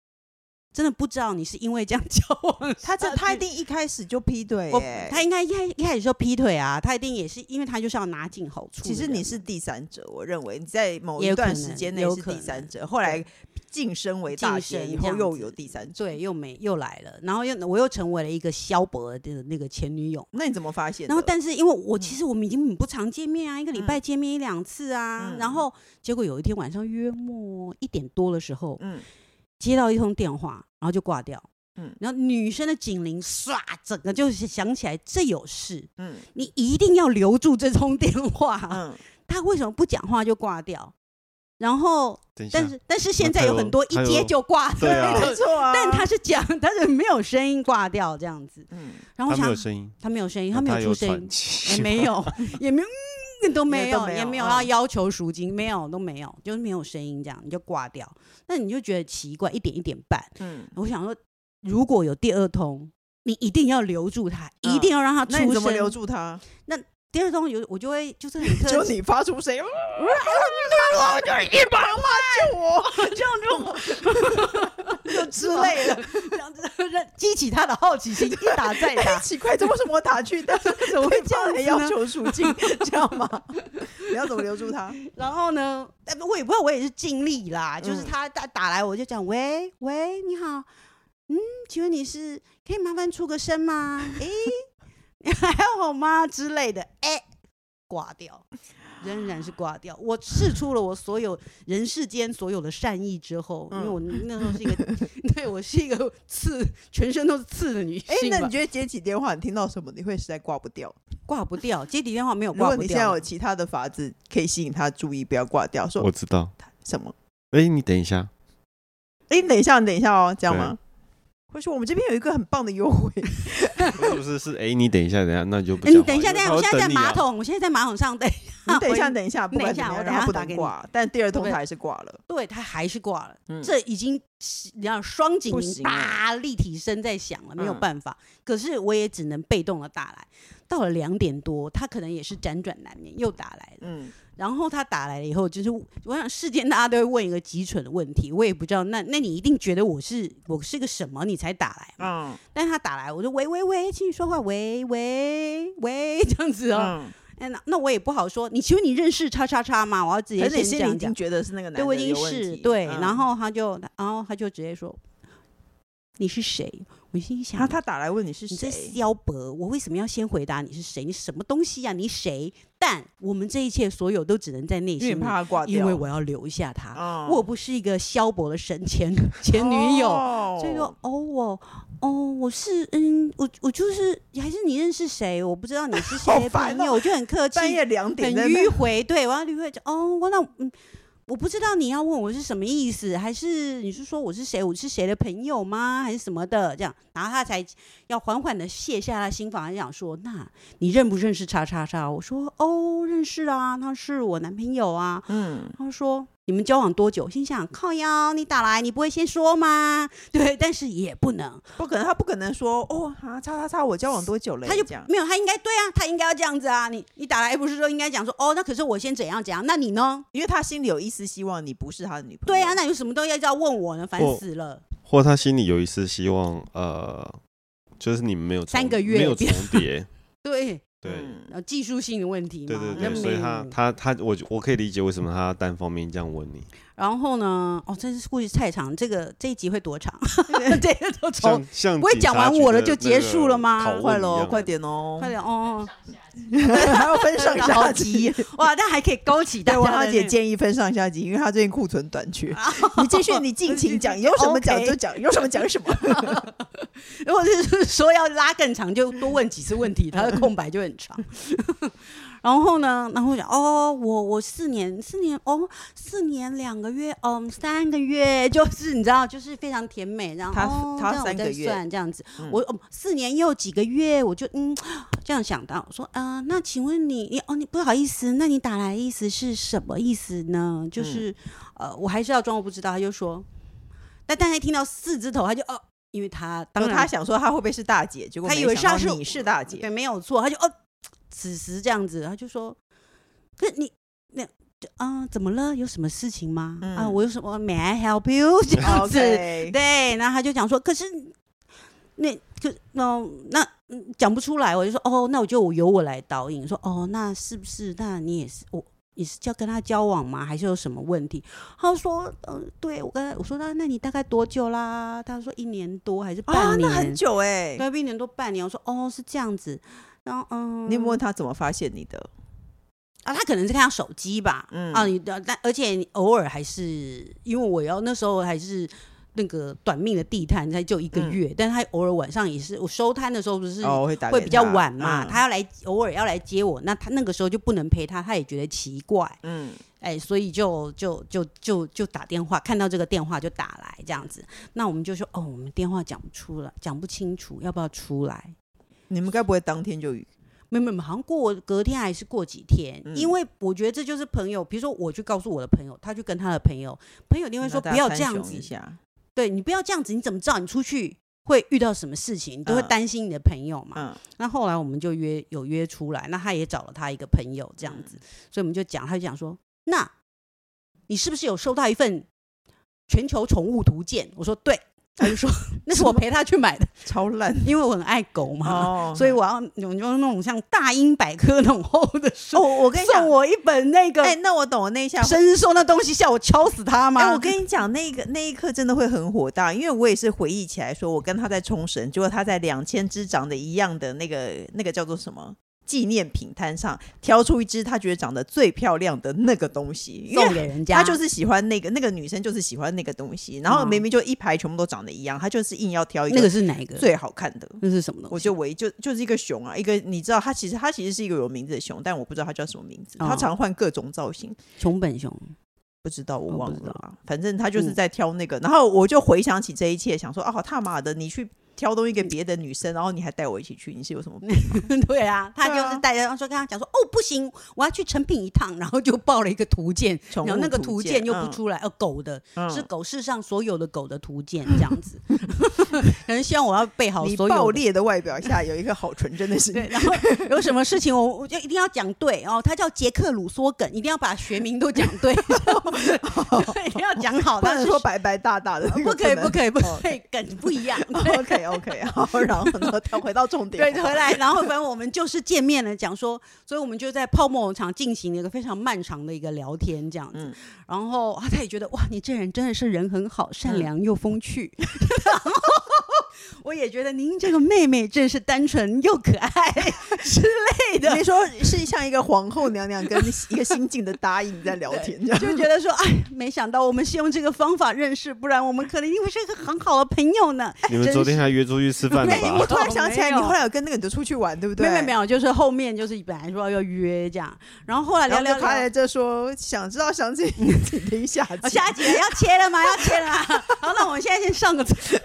[SPEAKER 4] 真的不知道你是因为这样 *laughs* 交往
[SPEAKER 3] 他这
[SPEAKER 4] 下
[SPEAKER 3] 他
[SPEAKER 4] 去
[SPEAKER 3] 一定一开始就劈腿
[SPEAKER 4] 我
[SPEAKER 3] 耶、
[SPEAKER 4] 他应该一开一开始就劈腿啊，他一定也是因为他就是要拿尽好处的
[SPEAKER 3] 其
[SPEAKER 4] 人。啊
[SPEAKER 3] 实你是第三者，我认为你在某
[SPEAKER 4] 也
[SPEAKER 3] 一
[SPEAKER 4] 有
[SPEAKER 3] 段
[SPEAKER 4] 可能
[SPEAKER 3] 时间内
[SPEAKER 4] 有
[SPEAKER 3] 是
[SPEAKER 4] 可
[SPEAKER 3] 第三
[SPEAKER 4] 能
[SPEAKER 3] 者，后来晋升为大
[SPEAKER 4] 晋
[SPEAKER 3] 姐
[SPEAKER 4] 升
[SPEAKER 3] 以
[SPEAKER 4] 这
[SPEAKER 3] 后
[SPEAKER 4] 样
[SPEAKER 3] 又
[SPEAKER 4] 子
[SPEAKER 3] 有第三者。
[SPEAKER 4] 对，又没又来了，然后又我又成为了一个萧伯的那个前女友。
[SPEAKER 3] 那你怎么发现的？
[SPEAKER 4] 然后，但是因为我其实我们已经很不常见面啊，一个礼
[SPEAKER 3] 嗯
[SPEAKER 4] 拜见面一两次啊。
[SPEAKER 3] 嗯
[SPEAKER 4] 然后结果有一天晚上约莫一点多的时候，
[SPEAKER 3] 嗯，
[SPEAKER 4] 接到一通电话，然后就挂掉。
[SPEAKER 3] 嗯
[SPEAKER 4] 然后女生的警铃唰，整个就是响起来，这有事，
[SPEAKER 3] 嗯
[SPEAKER 4] 你一定要留住这通电话。
[SPEAKER 3] 嗯，
[SPEAKER 4] 他为什么不讲话就挂掉？然后，
[SPEAKER 5] 等一下
[SPEAKER 3] 啊
[SPEAKER 4] 但，是但是现在
[SPEAKER 5] 他
[SPEAKER 4] 有
[SPEAKER 5] 有
[SPEAKER 4] 很多
[SPEAKER 5] 他
[SPEAKER 4] 一接
[SPEAKER 5] 有
[SPEAKER 4] 就挂
[SPEAKER 5] 对
[SPEAKER 4] 的，
[SPEAKER 5] 啊
[SPEAKER 4] *laughs*
[SPEAKER 3] 没错啊，
[SPEAKER 4] 但他是讲，但是没有声音挂掉这样子。
[SPEAKER 3] 嗯，
[SPEAKER 4] 然后
[SPEAKER 5] 他没
[SPEAKER 4] 我想
[SPEAKER 5] 有，声音，
[SPEAKER 4] 他没有声音，
[SPEAKER 5] 那
[SPEAKER 4] 他没
[SPEAKER 5] 有
[SPEAKER 4] 出声音
[SPEAKER 5] 喘，气
[SPEAKER 4] 也
[SPEAKER 5] 吗，
[SPEAKER 4] 没有，也没有，嗯都没
[SPEAKER 3] 都
[SPEAKER 4] 有，
[SPEAKER 3] 没有
[SPEAKER 4] 也没有
[SPEAKER 3] 嗯
[SPEAKER 4] 要要求赎金，没有，都没有，就是没有声音，这样你就挂掉。那你就觉得奇怪，一点一点办。
[SPEAKER 3] 嗯，
[SPEAKER 4] 我想说，如果有第二通，你一定要留住他，
[SPEAKER 3] 嗯
[SPEAKER 4] 一定要让他出
[SPEAKER 3] 那你
[SPEAKER 4] 声。
[SPEAKER 3] 怎么留住他？
[SPEAKER 4] 第二通有我就会就是很
[SPEAKER 3] *laughs* 就
[SPEAKER 4] 客气，
[SPEAKER 3] 你发出声音，
[SPEAKER 4] *laughs* 我就一把妈救我，这样
[SPEAKER 3] 就嗯
[SPEAKER 4] *laughs*
[SPEAKER 3] 之
[SPEAKER 4] 哦
[SPEAKER 3] 类的，
[SPEAKER 4] 就这样子 *laughs* 激起他的好奇心，一打再打。
[SPEAKER 3] 哎奇怪，这为什么我打去的？
[SPEAKER 4] 啊怎么
[SPEAKER 3] 会
[SPEAKER 4] 会
[SPEAKER 3] 这
[SPEAKER 4] 这
[SPEAKER 3] 样
[SPEAKER 4] 样
[SPEAKER 3] 的
[SPEAKER 4] 子
[SPEAKER 3] 要
[SPEAKER 4] 呢？
[SPEAKER 3] 求处
[SPEAKER 4] *laughs*
[SPEAKER 3] 境，知道吗？你要怎么留住他？
[SPEAKER 4] 然后呢，呃我也不知道，我也是尽力啦。就是
[SPEAKER 3] 嗯
[SPEAKER 4] 他打打来，我就讲喂喂，你好，嗯，请问你是可以麻烦出个声吗？诶， *laughs* 你还好吗之类的？哎，挂掉，仍然是挂掉。我试出了我所有人世间所有的善意之后，因为
[SPEAKER 3] 嗯
[SPEAKER 4] 我那时候是一个， *laughs* 对我是一个刺，全身都是刺的女性
[SPEAKER 3] 哎
[SPEAKER 4] 吧，，
[SPEAKER 3] 那你觉得接起电话，你听到什么，你会实在挂不掉？
[SPEAKER 4] 挂不掉，接底电话没有
[SPEAKER 3] 如
[SPEAKER 4] 哦挂
[SPEAKER 3] 果
[SPEAKER 4] 不
[SPEAKER 3] 你现在
[SPEAKER 4] 掉
[SPEAKER 3] 有
[SPEAKER 4] 的。
[SPEAKER 3] 其他的法子可以吸引他注意，不要挂掉，说
[SPEAKER 5] 我知道。
[SPEAKER 3] 什么？
[SPEAKER 5] 哎，你等一下，
[SPEAKER 3] 哎，你等一下，你等一下哦，这样吗？会说我们这边有一个很棒的优
[SPEAKER 4] *laughs*
[SPEAKER 3] 惠，
[SPEAKER 5] 不是是哎，你等一下，等一下，那你就不
[SPEAKER 4] 哎你
[SPEAKER 5] 讲话
[SPEAKER 4] 等一下，
[SPEAKER 5] 因
[SPEAKER 4] 等
[SPEAKER 5] 为他
[SPEAKER 4] 一下，我
[SPEAKER 5] 会
[SPEAKER 4] 现在在
[SPEAKER 5] 等你啊
[SPEAKER 4] 马桶，我现在在马桶上，嗯等一
[SPEAKER 3] 你
[SPEAKER 4] 下，
[SPEAKER 3] 等一
[SPEAKER 4] 我
[SPEAKER 3] 下，等一下，不管怎么样
[SPEAKER 4] 等一下我
[SPEAKER 3] 让
[SPEAKER 4] 等
[SPEAKER 3] 他
[SPEAKER 4] 下
[SPEAKER 3] 不
[SPEAKER 4] 打
[SPEAKER 3] 能
[SPEAKER 4] 给你
[SPEAKER 3] 挂，但第二通
[SPEAKER 4] 对
[SPEAKER 3] 他还是挂了。
[SPEAKER 4] 对他还是挂了，
[SPEAKER 3] 嗯
[SPEAKER 4] 这已经是你看双警
[SPEAKER 3] 不
[SPEAKER 4] 铃
[SPEAKER 3] 行了
[SPEAKER 4] 叭立体声在响了，没有
[SPEAKER 3] 嗯
[SPEAKER 4] 办法。可是我也只能被动的打来。到了两点多，他可能也是辗转难眠，又打来了。
[SPEAKER 3] 嗯，
[SPEAKER 4] 然后他打来了以后，就是我想事件大家都会问一个极蠢的问题，我也不知道。那那你一定觉得我是我是个什么，你才打来嘛？
[SPEAKER 3] 嗯
[SPEAKER 4] 但他打来，我就喂喂喂，请你说话，喂喂喂，这样子哦。
[SPEAKER 3] 嗯，
[SPEAKER 4] 哎、那那我也不好说，你请问你认识叉叉叉吗？我要直接
[SPEAKER 3] 可是你
[SPEAKER 4] 先这
[SPEAKER 3] 心里
[SPEAKER 4] 样
[SPEAKER 3] 已经。
[SPEAKER 4] 讲
[SPEAKER 3] 觉得是那个男
[SPEAKER 4] 对
[SPEAKER 3] 的
[SPEAKER 4] 我已经
[SPEAKER 3] 有问
[SPEAKER 4] 是
[SPEAKER 3] 题
[SPEAKER 4] 对，
[SPEAKER 3] 嗯
[SPEAKER 4] 然后他就，然后他就直接说：“你是谁？”我心想，
[SPEAKER 3] 然啊后他打来问你是
[SPEAKER 4] 你这
[SPEAKER 3] 谁？
[SPEAKER 4] 萧伯，我为什么要先回答你是谁？你什么东西呀、你谁？但我们这一切所有都只能在内
[SPEAKER 3] 因为
[SPEAKER 4] 心
[SPEAKER 3] 你
[SPEAKER 4] 里，
[SPEAKER 3] 怕他挂掉，
[SPEAKER 4] 因为我要留下他。
[SPEAKER 3] 啊
[SPEAKER 4] 我不是一个萧伯的神
[SPEAKER 3] *laughs*
[SPEAKER 4] 前前女友，所以说，哦，我，哦，我是，嗯，我我就是，还是你认识谁？我不知道你是谁
[SPEAKER 3] 好
[SPEAKER 4] 的
[SPEAKER 3] 烦
[SPEAKER 4] 朋友，
[SPEAKER 3] 哦
[SPEAKER 4] 我就很客气。
[SPEAKER 3] 半夜两点
[SPEAKER 4] 很
[SPEAKER 3] 在那边
[SPEAKER 4] 迂回，对，我要迂回就哦，我那嗯，我不知道你要问我是什么意思，还是你是说我是谁，我是谁的朋友吗，还是什么的这样，然后他才要缓缓的卸下他心房，他想说，那你认不认识叉叉叉？我说哦，认识啊，他是我男朋友啊。
[SPEAKER 3] 嗯，
[SPEAKER 4] 他说你们交往多久？心想靠腰，你打来你不会先说吗？ *laughs* 对，但是也不能，
[SPEAKER 3] 不可能，他不可能说哦啊，叉叉叉，我交往多久了？
[SPEAKER 4] 他就
[SPEAKER 3] 这样，
[SPEAKER 4] 没有，他应该对啊，他应该要这样子啊。你你打来不是说应该讲说哦，那可是我先怎样怎样，那你呢？
[SPEAKER 3] 因为他心里有一丝希望你不是他的女朋友。
[SPEAKER 4] 对啊，那有什么都要要问我呢？烦
[SPEAKER 5] 我
[SPEAKER 4] 死了！
[SPEAKER 5] 或他心里有一丝希望，呃，就是你们没有重
[SPEAKER 4] 三个月
[SPEAKER 5] 没有重叠，
[SPEAKER 4] 对，
[SPEAKER 5] 对。
[SPEAKER 3] 嗯
[SPEAKER 4] 呃，技术性的问题
[SPEAKER 5] 对
[SPEAKER 4] 嘛，
[SPEAKER 5] 对
[SPEAKER 4] 那
[SPEAKER 5] 对，
[SPEAKER 4] 没
[SPEAKER 5] 所以他
[SPEAKER 4] 有
[SPEAKER 5] 他他，我我可以理解为什么他单方面这样问你，
[SPEAKER 4] 然后呢？哦，这是故事太长，这个这一集会多长？ *laughs* 这个都从
[SPEAKER 5] 像像
[SPEAKER 4] 不会
[SPEAKER 5] 警
[SPEAKER 4] 讲
[SPEAKER 5] 察
[SPEAKER 4] 完
[SPEAKER 5] 局
[SPEAKER 4] 我了
[SPEAKER 5] 的
[SPEAKER 4] 就
[SPEAKER 5] 那
[SPEAKER 4] 结
[SPEAKER 5] 个
[SPEAKER 4] 束了吗
[SPEAKER 5] 拷问
[SPEAKER 3] 快
[SPEAKER 5] 一
[SPEAKER 3] 喽，
[SPEAKER 5] 样
[SPEAKER 3] 快点哦，
[SPEAKER 4] 快点哦，
[SPEAKER 3] 还 *laughs* 要分上
[SPEAKER 4] 好
[SPEAKER 3] 下集
[SPEAKER 4] 急。哇！但还可以勾起大
[SPEAKER 3] 对，
[SPEAKER 4] 家
[SPEAKER 3] 王小
[SPEAKER 4] 的那
[SPEAKER 3] 姐
[SPEAKER 4] 个哦
[SPEAKER 3] 建议分上下集，因为她最近库存短缺。你继续，你尽情
[SPEAKER 4] *laughs*
[SPEAKER 3] 讲，有什么讲就讲，有什么讲什么。
[SPEAKER 4] *laughs* 如果是说要拉更长，就多问几次问题，它的空白就很长。 *laughs* 然后呢，然后我想，哦，我我四年四年哦，四年两个月，嗯，三个月，就是你知道，就是非常甜美，然后
[SPEAKER 3] 他
[SPEAKER 4] 哦
[SPEAKER 3] 他
[SPEAKER 4] 这样我
[SPEAKER 3] 三个
[SPEAKER 4] 再
[SPEAKER 3] 月
[SPEAKER 4] 算这样子，
[SPEAKER 3] 嗯
[SPEAKER 4] 我、哦、四年又几个月，我就嗯这样想到，我说啊、呃那请问你你哦，你不好意思，那你打来的意思是什么意思呢？就是、
[SPEAKER 3] 嗯
[SPEAKER 4] 呃，我还是要装我不知道，他就说，但但他一听到四字头，他就哦。因为他 *laughs* 当
[SPEAKER 3] 当
[SPEAKER 4] 然
[SPEAKER 3] 她想说她会不会是大姐，结果
[SPEAKER 4] 他
[SPEAKER 3] 没
[SPEAKER 4] 以为
[SPEAKER 3] 想到
[SPEAKER 4] 她是
[SPEAKER 3] 你是大姐，
[SPEAKER 4] 对，没有错，他就哦，此时这样子，他就说，那你那啊、怎么了？有什么事情吗？啊，
[SPEAKER 3] 嗯哦
[SPEAKER 4] 我有什么？May I help you？这样子
[SPEAKER 3] OK，
[SPEAKER 4] 对，然后他就讲说，可是那可那那嗯讲不出来，我就说哦，那我就由我来导引，说哦，那是不是？那你也是我。你是要跟他交往吗？还是有什么问题？他说，嗯、对我跟他我说那那你大概多久啦？他说一年多还是
[SPEAKER 3] 啊，
[SPEAKER 4] 半年？
[SPEAKER 3] 那很久哎。
[SPEAKER 4] 对，一啊年多半年。我说哦，是这样子。然后嗯，
[SPEAKER 3] 你有没有问她怎么发现你的？
[SPEAKER 4] 啊？他可能是看他手机吧。
[SPEAKER 3] 嗯
[SPEAKER 4] 啊，你的但而且你偶尔还是因为我要那时候还是那个短命的地摊，才就一个
[SPEAKER 1] 嗯
[SPEAKER 4] 月，但他偶尔晚上也是，我收摊的时候不是
[SPEAKER 3] 哦，我会打
[SPEAKER 4] 会
[SPEAKER 3] 给
[SPEAKER 4] 比较
[SPEAKER 3] 他
[SPEAKER 4] 晚嘛，
[SPEAKER 3] 嗯
[SPEAKER 4] 他要来偶尔要来接我，那他那个时候就不能陪他，他也觉得奇怪，
[SPEAKER 1] 嗯，
[SPEAKER 4] 哎，所以就就就就就打电话，看到这个电话就打来这样子，那我们就说哦，我们电话讲不出了，讲不清楚，要不要出来？
[SPEAKER 3] 你们该不会当天就
[SPEAKER 4] 没有没有，好像过隔天还是过几天，
[SPEAKER 3] 嗯
[SPEAKER 4] 因为我觉得这就是朋友，比如说我去告诉我的朋友，他去跟他的朋友，朋友一定会说
[SPEAKER 1] 那大
[SPEAKER 4] 不
[SPEAKER 1] 家
[SPEAKER 4] 要
[SPEAKER 1] 参
[SPEAKER 4] 这样
[SPEAKER 1] 详
[SPEAKER 4] 子
[SPEAKER 1] 一，下，
[SPEAKER 4] 对你不要这样子，你怎么知道你出去会遇到什么事情？你都会
[SPEAKER 1] 嗯
[SPEAKER 4] 担心你的朋友嘛。
[SPEAKER 1] 嗯，
[SPEAKER 4] 那后来我们就约有约出来，那他也找了他一个朋友这样
[SPEAKER 1] 嗯
[SPEAKER 4] 子，所以我们就讲，他就讲说，那你是不是有收到一份全球宠物图鉴？我说对，他就说 *laughs* 那是我陪他去买的，
[SPEAKER 3] 超
[SPEAKER 4] *laughs*
[SPEAKER 3] 烂
[SPEAKER 4] 因为我很爱狗嘛，
[SPEAKER 3] 哦
[SPEAKER 4] 所以我要我们就那种像大英百科那种厚的书，
[SPEAKER 1] 哦，我跟你
[SPEAKER 4] 送
[SPEAKER 1] 讲，
[SPEAKER 4] 我一本那个
[SPEAKER 1] 哎、那我懂了，那一下
[SPEAKER 4] 生日送那东西，叫我敲死他吗？
[SPEAKER 3] 哎、我跟你讲，那个那一刻真的会很火大，因为我也是回忆起来说，我跟他在冲绳，结果他在两千只长得一样的那个那个叫做什么纪念品摊上挑出一只他觉得长得最漂亮的那个东西，因
[SPEAKER 4] 送
[SPEAKER 3] 为
[SPEAKER 4] 给人家，
[SPEAKER 3] 他就是喜欢那个那个女生就是喜欢那个东西，然后
[SPEAKER 4] 嗯
[SPEAKER 3] 明明就一排全部都长得一样，他就是硬要挑一
[SPEAKER 4] 那个
[SPEAKER 3] 个
[SPEAKER 4] 是哪一个？
[SPEAKER 3] 最好看的。
[SPEAKER 4] 那是什么东西？
[SPEAKER 3] 我就唯一就就是一个熊啊，一个你知道它其实它其实是一个有名字的熊，但我不知道它叫什么名字。它
[SPEAKER 4] 哦
[SPEAKER 3] 常换各种造型，
[SPEAKER 4] 熊本熊，
[SPEAKER 3] 哦不知道，我
[SPEAKER 4] 我
[SPEAKER 3] 忘
[SPEAKER 4] 不知
[SPEAKER 3] 了
[SPEAKER 4] 道
[SPEAKER 3] 啦。反正他就是
[SPEAKER 4] 嗯
[SPEAKER 3] 在挑那个，然后我就回想起这一切，想说啊，他妈的，你去挑东西给别的女生，然后你还带我一起去，嗯你是有什么病？
[SPEAKER 4] *laughs* 对啊，他
[SPEAKER 3] 对啊
[SPEAKER 4] 就是带着他说跟他讲说，哦，不行，我要去成品一趟，然后就报了一个图鉴，
[SPEAKER 3] 宠
[SPEAKER 4] 然后
[SPEAKER 3] 物
[SPEAKER 4] 那个
[SPEAKER 3] 图
[SPEAKER 4] 图
[SPEAKER 3] 鉴
[SPEAKER 4] 鉴又不
[SPEAKER 3] 嗯
[SPEAKER 4] 出来，呃，狗的是
[SPEAKER 3] 嗯
[SPEAKER 4] 狗世上所有的狗的图鉴这样 *laughs* 子，可能希望我要备好
[SPEAKER 3] 你
[SPEAKER 4] 所有
[SPEAKER 3] 爆
[SPEAKER 4] 的。
[SPEAKER 3] 裂的外表下有一个好纯真的心，
[SPEAKER 4] 对，然
[SPEAKER 3] *laughs*
[SPEAKER 4] 后有什么事情我我就一定要讲对哦，他叫杰克鲁梭梗，一定要把学名都讲对， *laughs* 哦对一定要讲好。
[SPEAKER 3] 不
[SPEAKER 4] 他
[SPEAKER 3] 能
[SPEAKER 4] 是
[SPEAKER 3] 说白白大大的，
[SPEAKER 4] 不可以，不
[SPEAKER 3] 呃以。
[SPEAKER 4] 可以，不可以，梗不一
[SPEAKER 3] *laughs*
[SPEAKER 4] 样。
[SPEAKER 3] 哦 OK
[SPEAKER 4] 对
[SPEAKER 3] OK，好，然后呢，他回到重
[SPEAKER 4] 对，
[SPEAKER 3] 点，
[SPEAKER 4] 回来，然后反正我们就是见面了，讲说，所以我们就在泡沫红场进行了一个非常漫长的一个聊天，这样子。
[SPEAKER 3] 嗯
[SPEAKER 4] 然后啊，他也觉得哇，你这人真的是人很好，
[SPEAKER 3] 嗯
[SPEAKER 4] 善良又风趣。 *laughs* 然后我也觉得您这个妹妹真是单纯又可爱之类的
[SPEAKER 3] 你，说是像一个皇后娘娘跟一个新晋的答应在聊天这样。
[SPEAKER 4] 就觉得说，哎，没想到我们是用这个方法认识，不然我们可能因为是一个很好的朋友呢。
[SPEAKER 5] 你们
[SPEAKER 4] 真
[SPEAKER 5] 昨天还约出去吃
[SPEAKER 4] *laughs*
[SPEAKER 5] 饭了
[SPEAKER 3] 哎，
[SPEAKER 5] 吧？
[SPEAKER 3] *laughs* 我突然想起来，
[SPEAKER 4] 没
[SPEAKER 3] 你
[SPEAKER 4] 有
[SPEAKER 3] 后来有跟那个你的出去玩，对不对？
[SPEAKER 4] 没有没有没有，就是后面就是本来说要约这样，然后后来
[SPEAKER 3] 然
[SPEAKER 4] 聊
[SPEAKER 3] 后
[SPEAKER 4] 聊
[SPEAKER 3] 就
[SPEAKER 4] 聊
[SPEAKER 3] 他。在这说，想知道详 *laughs* 情，请听下
[SPEAKER 4] 哦，
[SPEAKER 3] 集。
[SPEAKER 4] 下一集了要切了吗？要切了吗。 *laughs* 好，那我们现在先上
[SPEAKER 3] *laughs*
[SPEAKER 4] 个厕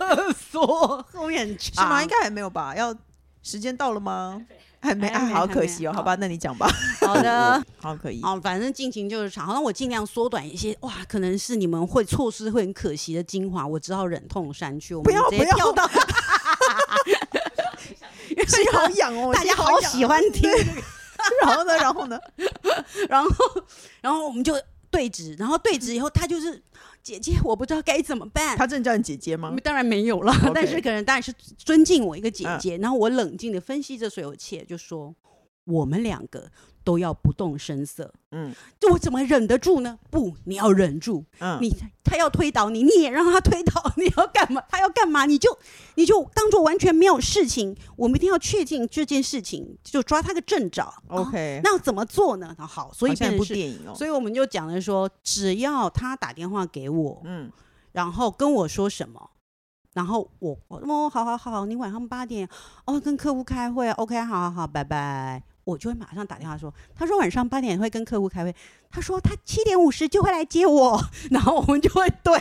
[SPEAKER 4] 所，后面很
[SPEAKER 3] 是
[SPEAKER 4] 长。
[SPEAKER 3] 吗？应该还没有吧？要时间到了吗？还没
[SPEAKER 4] 还
[SPEAKER 3] 啊，
[SPEAKER 4] 没
[SPEAKER 3] 好
[SPEAKER 4] 还
[SPEAKER 3] 可
[SPEAKER 4] 没
[SPEAKER 3] 惜哦。
[SPEAKER 4] 好
[SPEAKER 3] 好吧，那你讲吧。
[SPEAKER 4] 好的。
[SPEAKER 3] 好，可以。
[SPEAKER 4] 哦，反正进行就是长，好那我尽量缩短一些。哇，可能是你们会错失会很可惜的精华，我只好忍痛删去。
[SPEAKER 3] *laughs*
[SPEAKER 4] 我
[SPEAKER 3] 不
[SPEAKER 4] 们
[SPEAKER 3] 要
[SPEAKER 4] 直
[SPEAKER 3] 不
[SPEAKER 4] 接跳
[SPEAKER 3] 要， *laughs*
[SPEAKER 4] 到
[SPEAKER 3] 心好
[SPEAKER 4] *laughs*
[SPEAKER 3] 痒哦，
[SPEAKER 4] 大家
[SPEAKER 3] 心
[SPEAKER 4] 好
[SPEAKER 3] 痒
[SPEAKER 4] 喜。欢听，
[SPEAKER 3] *laughs* 然后呢，然
[SPEAKER 4] *laughs*
[SPEAKER 3] 后呢？
[SPEAKER 4] 然后然后我们就对峙，然后对峙以后，他就是姐姐，我不知道该怎么办。
[SPEAKER 3] 他真的叫你姐姐吗？
[SPEAKER 4] 当然没有了
[SPEAKER 3] *laughs* OK 嗯
[SPEAKER 4] 但是可能当然是尊敬我一个姐姐，然后我冷静的分析这所有一切，就说我们两个都要不动声色。
[SPEAKER 3] 嗯
[SPEAKER 4] 嗯，就我怎么忍得住呢？不，你要忍住。
[SPEAKER 3] 嗯，
[SPEAKER 4] 你他要推倒你，你也让他推倒， *laughs* 你要干嘛？他要干嘛？你就你就当做完全没有事情。我们一定要确定这件事情，就抓他个正着。啊
[SPEAKER 3] 哦 OK。
[SPEAKER 4] 那要怎么做呢？那好，所以
[SPEAKER 3] 好像一
[SPEAKER 4] 变成
[SPEAKER 3] 部
[SPEAKER 4] 是，
[SPEAKER 3] 电影哦。
[SPEAKER 4] 所以我们就讲了说，只要他打电话给我，
[SPEAKER 3] 嗯，
[SPEAKER 4] 然后跟我说什么，然后我我哦，好好好，你晚上八点哦，跟客户开会，OK，好好好，拜拜。我就会马上打电话说，他说晚上八点会跟客户开会，他说他七点五十就会来接我， *laughs* 然后我们就会对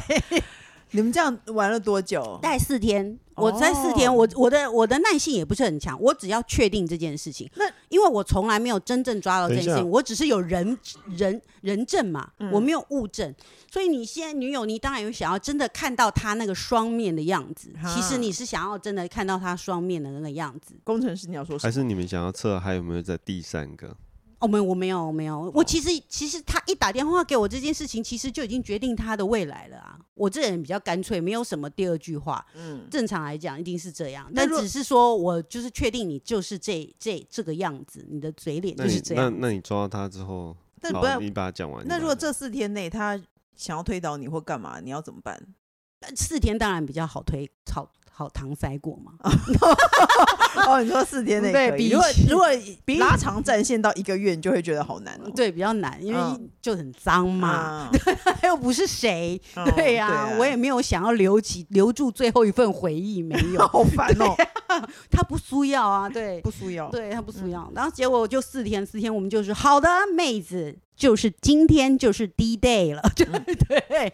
[SPEAKER 3] 你们这样玩了多久？
[SPEAKER 4] 待四天。我在四天，
[SPEAKER 3] 哦
[SPEAKER 4] 我我的我的耐性也不是很强，我只要确定这件事情。
[SPEAKER 3] 那
[SPEAKER 4] 因为我从来没有真正抓到这件事
[SPEAKER 2] 等一
[SPEAKER 4] 情，我只是有人人人证嘛，
[SPEAKER 3] 嗯
[SPEAKER 4] 我没有物证，所以你现在女友，你当然有想要真的看到她那个双面的样子。
[SPEAKER 3] 哈
[SPEAKER 4] 其实你是想要真的看到她双面的那个样子。
[SPEAKER 3] 工程师，你要说什
[SPEAKER 5] 还
[SPEAKER 3] 么？
[SPEAKER 5] 是你们想要测还有没有在第三个？
[SPEAKER 4] 哦，没有，我没有，我没
[SPEAKER 3] 哦
[SPEAKER 4] 有。我其实其实他一打电话给我这件事情，其实就已经决定他的未来了啊。我这人比较干脆，没有什么第二句话。
[SPEAKER 3] 嗯，
[SPEAKER 4] 正常来讲一定是这样，
[SPEAKER 3] 那
[SPEAKER 4] 但
[SPEAKER 3] 若
[SPEAKER 4] 只是说我就是确定你就是这这这个样子，你的嘴脸
[SPEAKER 5] 那
[SPEAKER 4] 就是
[SPEAKER 5] 你
[SPEAKER 4] 这
[SPEAKER 5] 那
[SPEAKER 4] 样。
[SPEAKER 5] 那你抓到他之后，
[SPEAKER 3] 但
[SPEAKER 5] 好
[SPEAKER 3] 不要。
[SPEAKER 5] 你把它讲完。
[SPEAKER 3] 那
[SPEAKER 5] 你
[SPEAKER 3] 如
[SPEAKER 5] 把
[SPEAKER 3] 果
[SPEAKER 5] 它讲
[SPEAKER 3] 这四天内
[SPEAKER 4] *laughs* 呃
[SPEAKER 3] 他想要推倒你或干嘛，你要怎么办？
[SPEAKER 4] 四天当然比较好推，好好搪塞过吗？
[SPEAKER 3] 哦，你说四天内
[SPEAKER 4] 对
[SPEAKER 3] 可以，
[SPEAKER 4] 比
[SPEAKER 3] 如果
[SPEAKER 4] 起
[SPEAKER 3] 如果
[SPEAKER 4] 比
[SPEAKER 3] 拉长战线到一个月，你就会觉得好难哦。
[SPEAKER 4] *laughs* 对，比较难，因为
[SPEAKER 3] 嗯
[SPEAKER 4] 就很脏嘛，
[SPEAKER 3] 啊，
[SPEAKER 4] *laughs* 又不是谁，
[SPEAKER 3] 哦
[SPEAKER 4] *laughs* 对呀、我也没有想要留起留住最后一份回忆，没
[SPEAKER 3] *laughs*
[SPEAKER 4] 有，
[SPEAKER 3] 好烦哦，
[SPEAKER 4] 他不需要啊，对，
[SPEAKER 3] 不输要。
[SPEAKER 4] 对他不需要。然后结果就四天，四天我们就是好的，妹子，就是今天就是 D day 了， *laughs* 对、
[SPEAKER 3] 嗯
[SPEAKER 4] 对，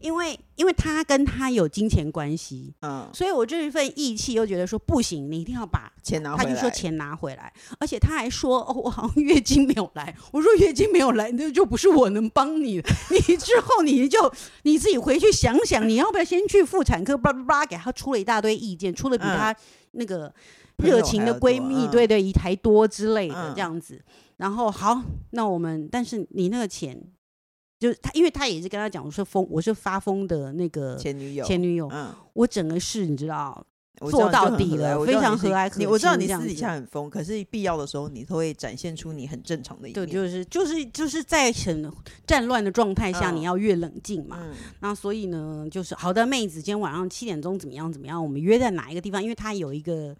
[SPEAKER 4] 因为因为他跟他有金钱关系，
[SPEAKER 3] 嗯，
[SPEAKER 4] 所以我这一份义气又觉得说不行，你一定要把
[SPEAKER 3] 钱拿回
[SPEAKER 4] 他
[SPEAKER 3] 来。
[SPEAKER 4] 就说钱拿回来，而且他还说哦，我好像月经没有来。我说月经没有来，那就不是我能帮你的。你之后你就你自己回去想想，你要不要先去妇产科？叭叭叭，给他出了一大堆意见，出了比
[SPEAKER 3] 嗯
[SPEAKER 4] 他那个
[SPEAKER 3] 朋友
[SPEAKER 4] 热情
[SPEAKER 3] 还
[SPEAKER 4] 的
[SPEAKER 3] 要
[SPEAKER 4] 闺
[SPEAKER 3] 多
[SPEAKER 4] 蜜，
[SPEAKER 3] 嗯
[SPEAKER 4] 对对，还多之类的
[SPEAKER 3] 嗯
[SPEAKER 4] 这样子。然后好，那我们但是你那个钱，就是他，因为他也是跟他讲，我是疯，我是发疯的那个
[SPEAKER 3] 前女友，
[SPEAKER 4] 前女友，
[SPEAKER 3] 嗯，
[SPEAKER 4] 我整个事你知道，
[SPEAKER 3] 我
[SPEAKER 4] 做
[SPEAKER 3] 知道你
[SPEAKER 4] 到
[SPEAKER 3] 就很
[SPEAKER 4] 底
[SPEAKER 3] 和
[SPEAKER 4] 了
[SPEAKER 3] 蔼我
[SPEAKER 4] 非
[SPEAKER 3] 知道
[SPEAKER 4] 常
[SPEAKER 3] 你是
[SPEAKER 4] 和蔼可
[SPEAKER 3] 你我知道
[SPEAKER 4] 亲
[SPEAKER 3] 你
[SPEAKER 4] 这样
[SPEAKER 3] 私底
[SPEAKER 4] 子
[SPEAKER 3] 下很疯，可是必要的时候你都会展现出你很正常的一面。嗯
[SPEAKER 4] 对，就是就是就是在很战乱的状态下，
[SPEAKER 3] 嗯
[SPEAKER 4] 你要越冷静嘛。
[SPEAKER 3] 嗯
[SPEAKER 4] 那所以呢，就是好的，妹子，今天晚上七点钟怎么样怎么样？我们约在哪一个地方？因为他有一个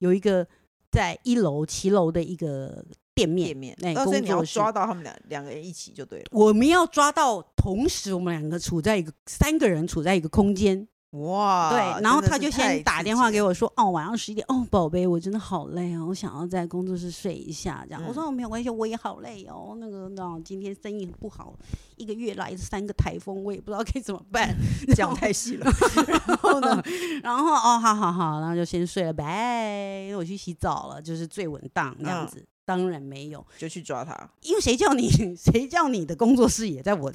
[SPEAKER 4] 有一个在一楼骑楼的一个店
[SPEAKER 3] 店
[SPEAKER 4] 面，
[SPEAKER 3] 面，
[SPEAKER 4] 哎
[SPEAKER 3] 到时候你
[SPEAKER 4] 工
[SPEAKER 3] 要
[SPEAKER 4] 作室
[SPEAKER 3] 抓到他们两两个人一起就对了。
[SPEAKER 4] 我们要抓到，同时我们两个处在一个三个人处在一个空间，
[SPEAKER 3] 哇，
[SPEAKER 4] 对。然后他就先打电话给
[SPEAKER 3] 我，
[SPEAKER 4] 我说：“哦，晚上十一点，哦，宝贝，我真的好累哦，我想要在工作室睡一下。”这样、
[SPEAKER 3] 嗯
[SPEAKER 4] 我说：“哦，没有关系，我也好累哦。那个，那今天生意很不好，一个月来三个台风，我也不知道该怎么办。
[SPEAKER 3] 讲太细了。然后呢，
[SPEAKER 4] *laughs* 然后哦，好好好，然后就先睡了，拜。我去洗澡了，就是最稳当这样
[SPEAKER 3] 嗯
[SPEAKER 4] 子。当然没有，
[SPEAKER 3] *laughs* 就去抓他。
[SPEAKER 4] 因为谁叫你 *laughs* 谁叫你的工作室也在我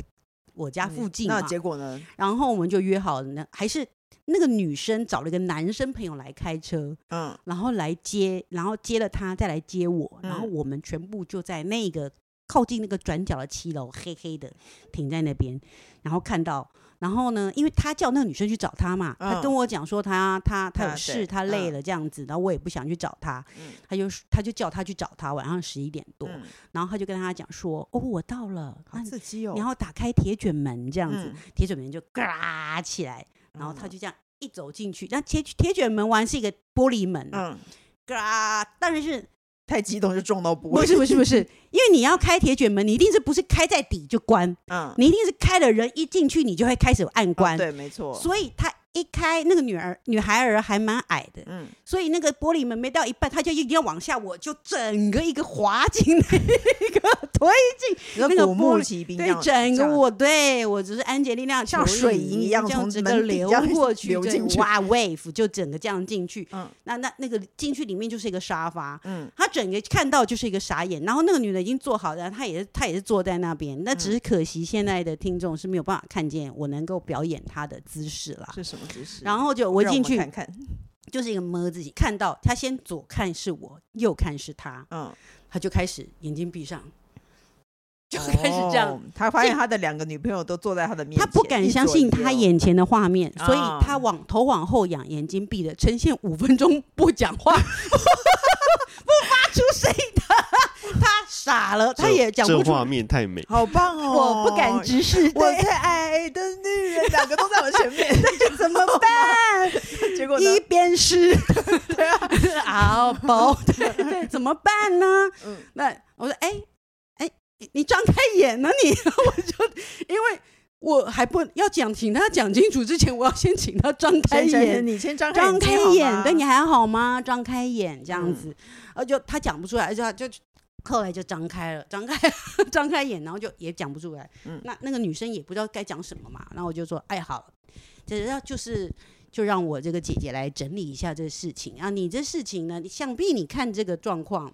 [SPEAKER 4] 我家附近嘛
[SPEAKER 3] 嗯那。结果呢？
[SPEAKER 4] 然后我们就约好了呢，还是那个女生找了一个男生朋友来开车。
[SPEAKER 3] 嗯，
[SPEAKER 4] 然后来接，然后接了他，再来接我，然后
[SPEAKER 3] 嗯
[SPEAKER 4] 我们全部就在那个靠近那个转角的七楼，黑黑的停在那边，然后看到，然后呢，因为他叫那个女生去找他嘛，他跟
[SPEAKER 3] 嗯
[SPEAKER 4] 我讲说他他他有
[SPEAKER 3] 啊
[SPEAKER 4] 事，
[SPEAKER 3] 对
[SPEAKER 4] 他累
[SPEAKER 3] 嗯
[SPEAKER 4] 了这样子，然后我也不想去找他，
[SPEAKER 3] 嗯
[SPEAKER 4] 他就他就叫他去找他，晚上十一点多，
[SPEAKER 3] 嗯
[SPEAKER 4] 然后他就跟他讲说，哦，我到了，
[SPEAKER 3] 好嗯
[SPEAKER 4] 那你
[SPEAKER 3] 刺激哦。
[SPEAKER 4] 你要打开铁卷门这
[SPEAKER 3] 这
[SPEAKER 4] 样子，，铁卷门就嘎起来，然后他就这样。一走进去，那铁铁卷门完是一个玻璃门，
[SPEAKER 3] 嗯，
[SPEAKER 4] 嘎，当然是
[SPEAKER 3] 太激动就撞到玻璃，
[SPEAKER 4] 不是不是不是，因为你要开铁卷门，你一定是不是开在底就关，
[SPEAKER 3] 嗯，
[SPEAKER 4] 你一定是开了人一进去，你就会开始按关。
[SPEAKER 3] 啊对，没错。
[SPEAKER 4] 所以他一开，那个女儿女孩儿还蛮矮的，
[SPEAKER 3] 嗯，
[SPEAKER 4] 所以那个玻璃门没到一半，她就一定要往下，我就整个一个滑进那个推进，
[SPEAKER 3] 你说
[SPEAKER 4] 那个
[SPEAKER 3] 古墓
[SPEAKER 4] 玻璃
[SPEAKER 3] 奇兵这
[SPEAKER 4] 对
[SPEAKER 3] 样，
[SPEAKER 4] 整
[SPEAKER 3] 这
[SPEAKER 4] 个
[SPEAKER 3] 样
[SPEAKER 4] 我对我只是安杰丽娜
[SPEAKER 3] 像
[SPEAKER 4] 裘
[SPEAKER 3] 水银一样
[SPEAKER 4] 这样
[SPEAKER 3] 从
[SPEAKER 4] 整
[SPEAKER 3] 门底
[SPEAKER 4] 个流
[SPEAKER 3] 这样
[SPEAKER 4] 过去，
[SPEAKER 3] 流
[SPEAKER 4] 对
[SPEAKER 3] 进去
[SPEAKER 4] 哇 wave 就整个这样进去，
[SPEAKER 3] 嗯
[SPEAKER 4] 那那那个进去里面就是一个沙发，
[SPEAKER 3] 嗯
[SPEAKER 4] 他整个看到就是一个傻眼，然后那个女的已经做好了，她也是她也是坐在那边，那
[SPEAKER 3] 嗯
[SPEAKER 4] 只是可惜现在的听众是没有办法看见我能够表演她的姿势啦。
[SPEAKER 3] 是什么姿势？嗯
[SPEAKER 4] 然
[SPEAKER 3] 后
[SPEAKER 4] 后就我进去
[SPEAKER 3] 看看，
[SPEAKER 4] 就是一个摸自己，看到她先左看是我，右看是她，
[SPEAKER 3] 嗯，
[SPEAKER 4] 她就开始眼睛闭上，就开始这样。
[SPEAKER 3] 哦。他发现
[SPEAKER 4] 这
[SPEAKER 3] 他的两个女朋友都坐在他的面前，
[SPEAKER 4] 她不敢相信她
[SPEAKER 3] 他
[SPEAKER 4] 眼前的画面，所以
[SPEAKER 3] 啊
[SPEAKER 4] 她往头往后仰，眼睛闭着，呈现五分钟不讲话，不发出声音的，她傻了，她
[SPEAKER 5] 这
[SPEAKER 4] 也讲
[SPEAKER 5] 这
[SPEAKER 4] 不出
[SPEAKER 5] 画面太美，
[SPEAKER 3] 好棒哦！
[SPEAKER 4] *laughs* 我不敢直视，
[SPEAKER 3] 我
[SPEAKER 4] 对，
[SPEAKER 3] 最爱的女人，两个都在我前
[SPEAKER 4] *laughs*
[SPEAKER 3] 面，
[SPEAKER 4] 怎么办？
[SPEAKER 3] 结果呢？
[SPEAKER 4] 一边是 *laughs* 啊包，对对，怎么办呢？
[SPEAKER 3] 嗯
[SPEAKER 4] 那我说，哎哎，你你张开眼呢、你， *laughs* 我就因为我还不要讲，请他讲清楚之前，我要先请他张开
[SPEAKER 3] 先
[SPEAKER 4] 眼。
[SPEAKER 3] 你先张
[SPEAKER 4] 张
[SPEAKER 3] 开
[SPEAKER 4] 开
[SPEAKER 3] 睛好
[SPEAKER 4] 眼，
[SPEAKER 3] 吗
[SPEAKER 4] 对你还好吗？张开眼这样
[SPEAKER 3] 嗯
[SPEAKER 4] 子，呃、就他讲不出来，就就后来就张开了，张开 *laughs* 张开眼，然后就也讲不出来。
[SPEAKER 3] 嗯
[SPEAKER 4] 那那个女生也不知道该讲什么嘛，然后我就说，哎，好了，这要就是就让我这个姐姐来整理一下这个事情啊。你这事情呢，想必你看这个状况。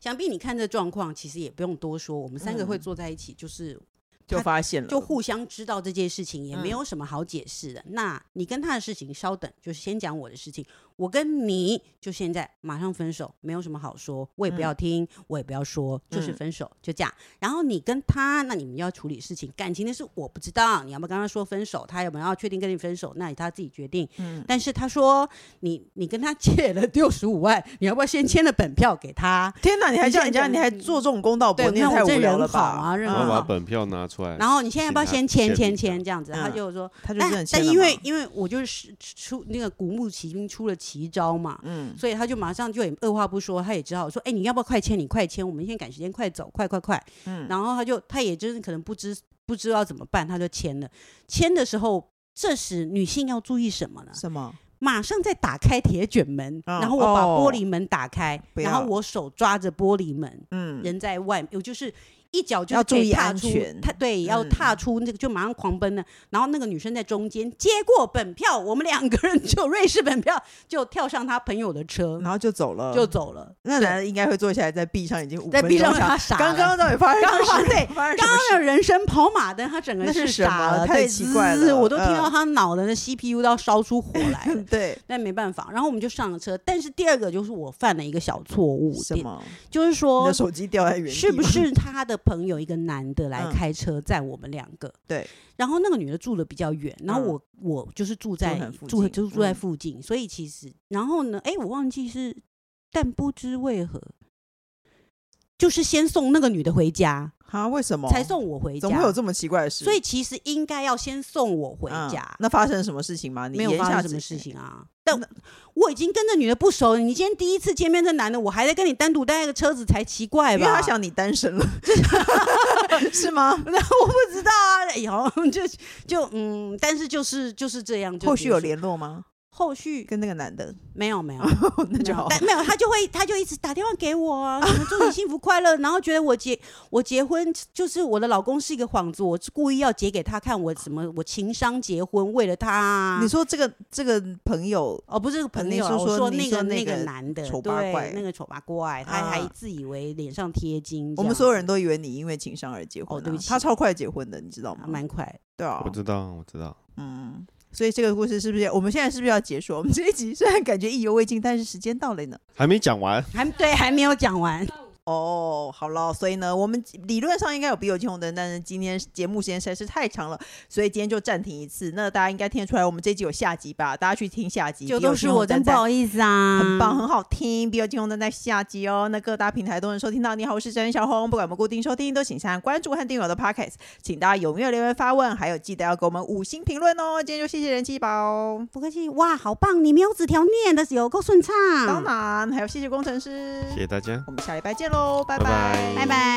[SPEAKER 4] 想必你看这状况，其实也不用多说，我们三个会
[SPEAKER 3] 嗯
[SPEAKER 4] 坐在一起，就是
[SPEAKER 3] 就
[SPEAKER 4] 他
[SPEAKER 3] 发现了，
[SPEAKER 4] 就互相知道这件事情，也
[SPEAKER 3] 嗯
[SPEAKER 4] 没有什么好解释的。那你跟他的事情稍等，就是先讲我的事情。我跟你就现在马上分手，没有什么好说，我也不要听，我也不要说，就是
[SPEAKER 1] 嗯
[SPEAKER 4] 分手，就这样。然后你跟他，那你们要处理事情，感情的事我不知道，你要不要跟他说分手，他有没有要确定跟你分手，那他自己决定。
[SPEAKER 1] 嗯
[SPEAKER 4] 但是他说你你跟他借了六十五万，你要不要先签了本票给他？
[SPEAKER 3] 天哪，你还叫
[SPEAKER 4] 你
[SPEAKER 3] 人
[SPEAKER 4] 现在嗯
[SPEAKER 3] 家，你还做这种公道博，
[SPEAKER 4] 对
[SPEAKER 3] 你也
[SPEAKER 4] 你看
[SPEAKER 3] 太
[SPEAKER 4] 我
[SPEAKER 3] 无
[SPEAKER 4] 这
[SPEAKER 3] 聊
[SPEAKER 4] 人
[SPEAKER 3] 了
[SPEAKER 4] 好
[SPEAKER 3] 吧？
[SPEAKER 4] 啊人
[SPEAKER 5] 然
[SPEAKER 4] 好
[SPEAKER 5] 后
[SPEAKER 3] 嗯
[SPEAKER 5] 把本票拿出来，
[SPEAKER 4] 然后你现在要不要先签签签这样子？
[SPEAKER 3] 嗯
[SPEAKER 4] 他就说，
[SPEAKER 3] 他就真
[SPEAKER 4] 但
[SPEAKER 3] 的签
[SPEAKER 4] 哎但
[SPEAKER 3] 了
[SPEAKER 4] 因为
[SPEAKER 3] 嘛
[SPEAKER 4] 因为我就是出那个古木奇兵出了奇招嘛，
[SPEAKER 3] 嗯，
[SPEAKER 4] 所以他就马上就也二话不说，他也只好说：“哎、你要不要快签？你快签，我们现在赶时间，快走，快快快！”
[SPEAKER 3] 嗯
[SPEAKER 4] 然后他就他也就是可能不知不知道怎么办，他就签了。签的时候，这时女性要注意什么呢？
[SPEAKER 3] 什么？
[SPEAKER 4] 马上再打开铁卷门，
[SPEAKER 3] 嗯
[SPEAKER 4] 然后我把
[SPEAKER 3] 哦
[SPEAKER 4] 玻璃门打开，
[SPEAKER 3] 不
[SPEAKER 4] 然后
[SPEAKER 3] 要
[SPEAKER 4] 我手抓着玻璃门，
[SPEAKER 3] 嗯，
[SPEAKER 4] 人在外，我就是一脚就是
[SPEAKER 3] 要
[SPEAKER 4] 可以
[SPEAKER 3] 注意
[SPEAKER 4] 踏
[SPEAKER 3] 安
[SPEAKER 4] 出
[SPEAKER 3] 全
[SPEAKER 4] 他对，要
[SPEAKER 3] 嗯
[SPEAKER 4] 踏出那个就马上狂奔了。然后那个女生在中间接过本票，我们两个人就瑞士本票就跳上他朋友的车
[SPEAKER 3] 嗯然后就走了，
[SPEAKER 4] 就走了，
[SPEAKER 3] 那男的应该会坐下来，在壁上已经五
[SPEAKER 4] 在
[SPEAKER 3] 分
[SPEAKER 4] 闭上
[SPEAKER 3] 钟想
[SPEAKER 4] 他傻了。
[SPEAKER 3] 刚刚到底发生
[SPEAKER 4] 刚刚
[SPEAKER 3] 什么事？
[SPEAKER 4] 对
[SPEAKER 3] 发生什么
[SPEAKER 4] 刚刚
[SPEAKER 3] 事
[SPEAKER 4] 的人生跑马灯，他整个
[SPEAKER 3] 那是什
[SPEAKER 4] 傻
[SPEAKER 3] 么
[SPEAKER 4] 了，
[SPEAKER 3] 太
[SPEAKER 4] 对
[SPEAKER 3] 奇怪
[SPEAKER 4] 滋
[SPEAKER 3] 了
[SPEAKER 4] 我都听到
[SPEAKER 3] 嗯。
[SPEAKER 4] 他脑的那 CPU 都要烧出火来了
[SPEAKER 3] *laughs* 对，
[SPEAKER 4] 但没办法，然后我们就上了车。但是第二个就是我犯了一个小错误，
[SPEAKER 3] 什么？
[SPEAKER 4] 就是
[SPEAKER 3] 你
[SPEAKER 4] 说
[SPEAKER 3] 的手机掉在原地，
[SPEAKER 4] 是不？是他的朋友一个男的来
[SPEAKER 3] 嗯
[SPEAKER 4] 开车载我们两个？
[SPEAKER 3] 对。
[SPEAKER 4] 然后那个女的住的比较远，然后
[SPEAKER 3] 嗯
[SPEAKER 4] 我、我就是住在
[SPEAKER 3] 很附
[SPEAKER 4] 住
[SPEAKER 3] 近
[SPEAKER 4] 就是住在
[SPEAKER 3] 嗯
[SPEAKER 4] 附近，所以其实然后呢，哎，我忘记是，但不知为何，就是先送那个女的回家，
[SPEAKER 3] 啊，为什么？
[SPEAKER 4] 才送我回家，
[SPEAKER 3] 总会有这么奇怪的事？
[SPEAKER 4] 所以其实应该要先送我回
[SPEAKER 3] 嗯
[SPEAKER 4] 家。
[SPEAKER 3] 那发生什么事情吗？你
[SPEAKER 4] 没有
[SPEAKER 3] 言
[SPEAKER 4] 发
[SPEAKER 3] 下
[SPEAKER 4] 生什
[SPEAKER 3] 之
[SPEAKER 4] 么
[SPEAKER 3] 意
[SPEAKER 4] 事。情啊。但我已经跟这女的不熟了，你今天第一次见面，这男的我还在跟你单独待一个车子才奇怪
[SPEAKER 3] 因为
[SPEAKER 4] 吧？
[SPEAKER 3] 他想你单身了， *laughs* 是吗？
[SPEAKER 4] 我不知道啊，哎呦，就就嗯，但是就是就是这 *laughs* 样，就
[SPEAKER 3] 后续
[SPEAKER 4] 结束
[SPEAKER 3] 有联络吗？
[SPEAKER 4] 后续
[SPEAKER 3] 跟那个男
[SPEAKER 4] *laughs*
[SPEAKER 3] 的，
[SPEAKER 4] 没有没有。
[SPEAKER 3] 那 *laughs* 就好。
[SPEAKER 4] 但没有，他就会他就一直打电话给我啊，什么祝你幸福快乐，然后觉得我结 *laughs* 我结婚就是我的老公是一个幌子，我是故意要结给他看，我什么我情商结婚为了他啊。
[SPEAKER 3] 你说这个这个朋友，
[SPEAKER 4] 哦，不是朋
[SPEAKER 3] 你
[SPEAKER 4] 友啊，
[SPEAKER 3] 是
[SPEAKER 4] 我
[SPEAKER 3] 说
[SPEAKER 4] 说
[SPEAKER 3] 你
[SPEAKER 4] 那
[SPEAKER 3] 说
[SPEAKER 4] 个
[SPEAKER 3] 那
[SPEAKER 4] 个
[SPEAKER 3] 个
[SPEAKER 4] 男的，
[SPEAKER 3] 丑八
[SPEAKER 4] 对
[SPEAKER 3] 怪，
[SPEAKER 4] 那个丑八怪，他还
[SPEAKER 3] 啊
[SPEAKER 4] 自以为脸上贴金这样子，
[SPEAKER 3] 我们所有人都以为你因为情商而结婚、啊
[SPEAKER 4] 哦对不起
[SPEAKER 3] 他超快结婚的，你知道
[SPEAKER 4] 啊
[SPEAKER 3] 吗？
[SPEAKER 4] 蛮快的。
[SPEAKER 3] 对啊
[SPEAKER 5] 我，知道，我知道，
[SPEAKER 3] 嗯。所以这个故事是不是我们现在是不是要结束？我们这一集虽然感觉意犹未尽，但是时间到了呢。
[SPEAKER 5] 还没讲完，
[SPEAKER 4] 还对，还没有
[SPEAKER 3] *laughs*
[SPEAKER 4] 讲完。
[SPEAKER 3] 哦，好了，所以呢，我们理论上应该有笔友青红灯，但是今天节目时间实在是太长了，所以今天就暂停一次。那大家应该听得出来，我们这集有下集吧？大家去听下集，
[SPEAKER 4] 就
[SPEAKER 3] 笔友
[SPEAKER 4] 都是
[SPEAKER 3] 青红
[SPEAKER 4] 我，真
[SPEAKER 3] 灯
[SPEAKER 4] 不
[SPEAKER 3] 在
[SPEAKER 4] 好意思啊。
[SPEAKER 3] 很棒，很好听。B 友金融灯在下集哦，那各大平台都能收听到。你好，我是詹小红。不管我们固定收听，都请先关注和订阅我的 Podcast，请大家踊跃留言发问，还有记得要给我们五星评论哦。今天就谢谢人气宝、
[SPEAKER 4] 不客气。哇，好棒！你没有纸条念的有够顺畅。
[SPEAKER 3] 当然还有谢谢工程师。
[SPEAKER 5] 嗯谢谢大家。
[SPEAKER 3] 我们下礼拜见喽，拜
[SPEAKER 5] 拜拜
[SPEAKER 4] 拜拜。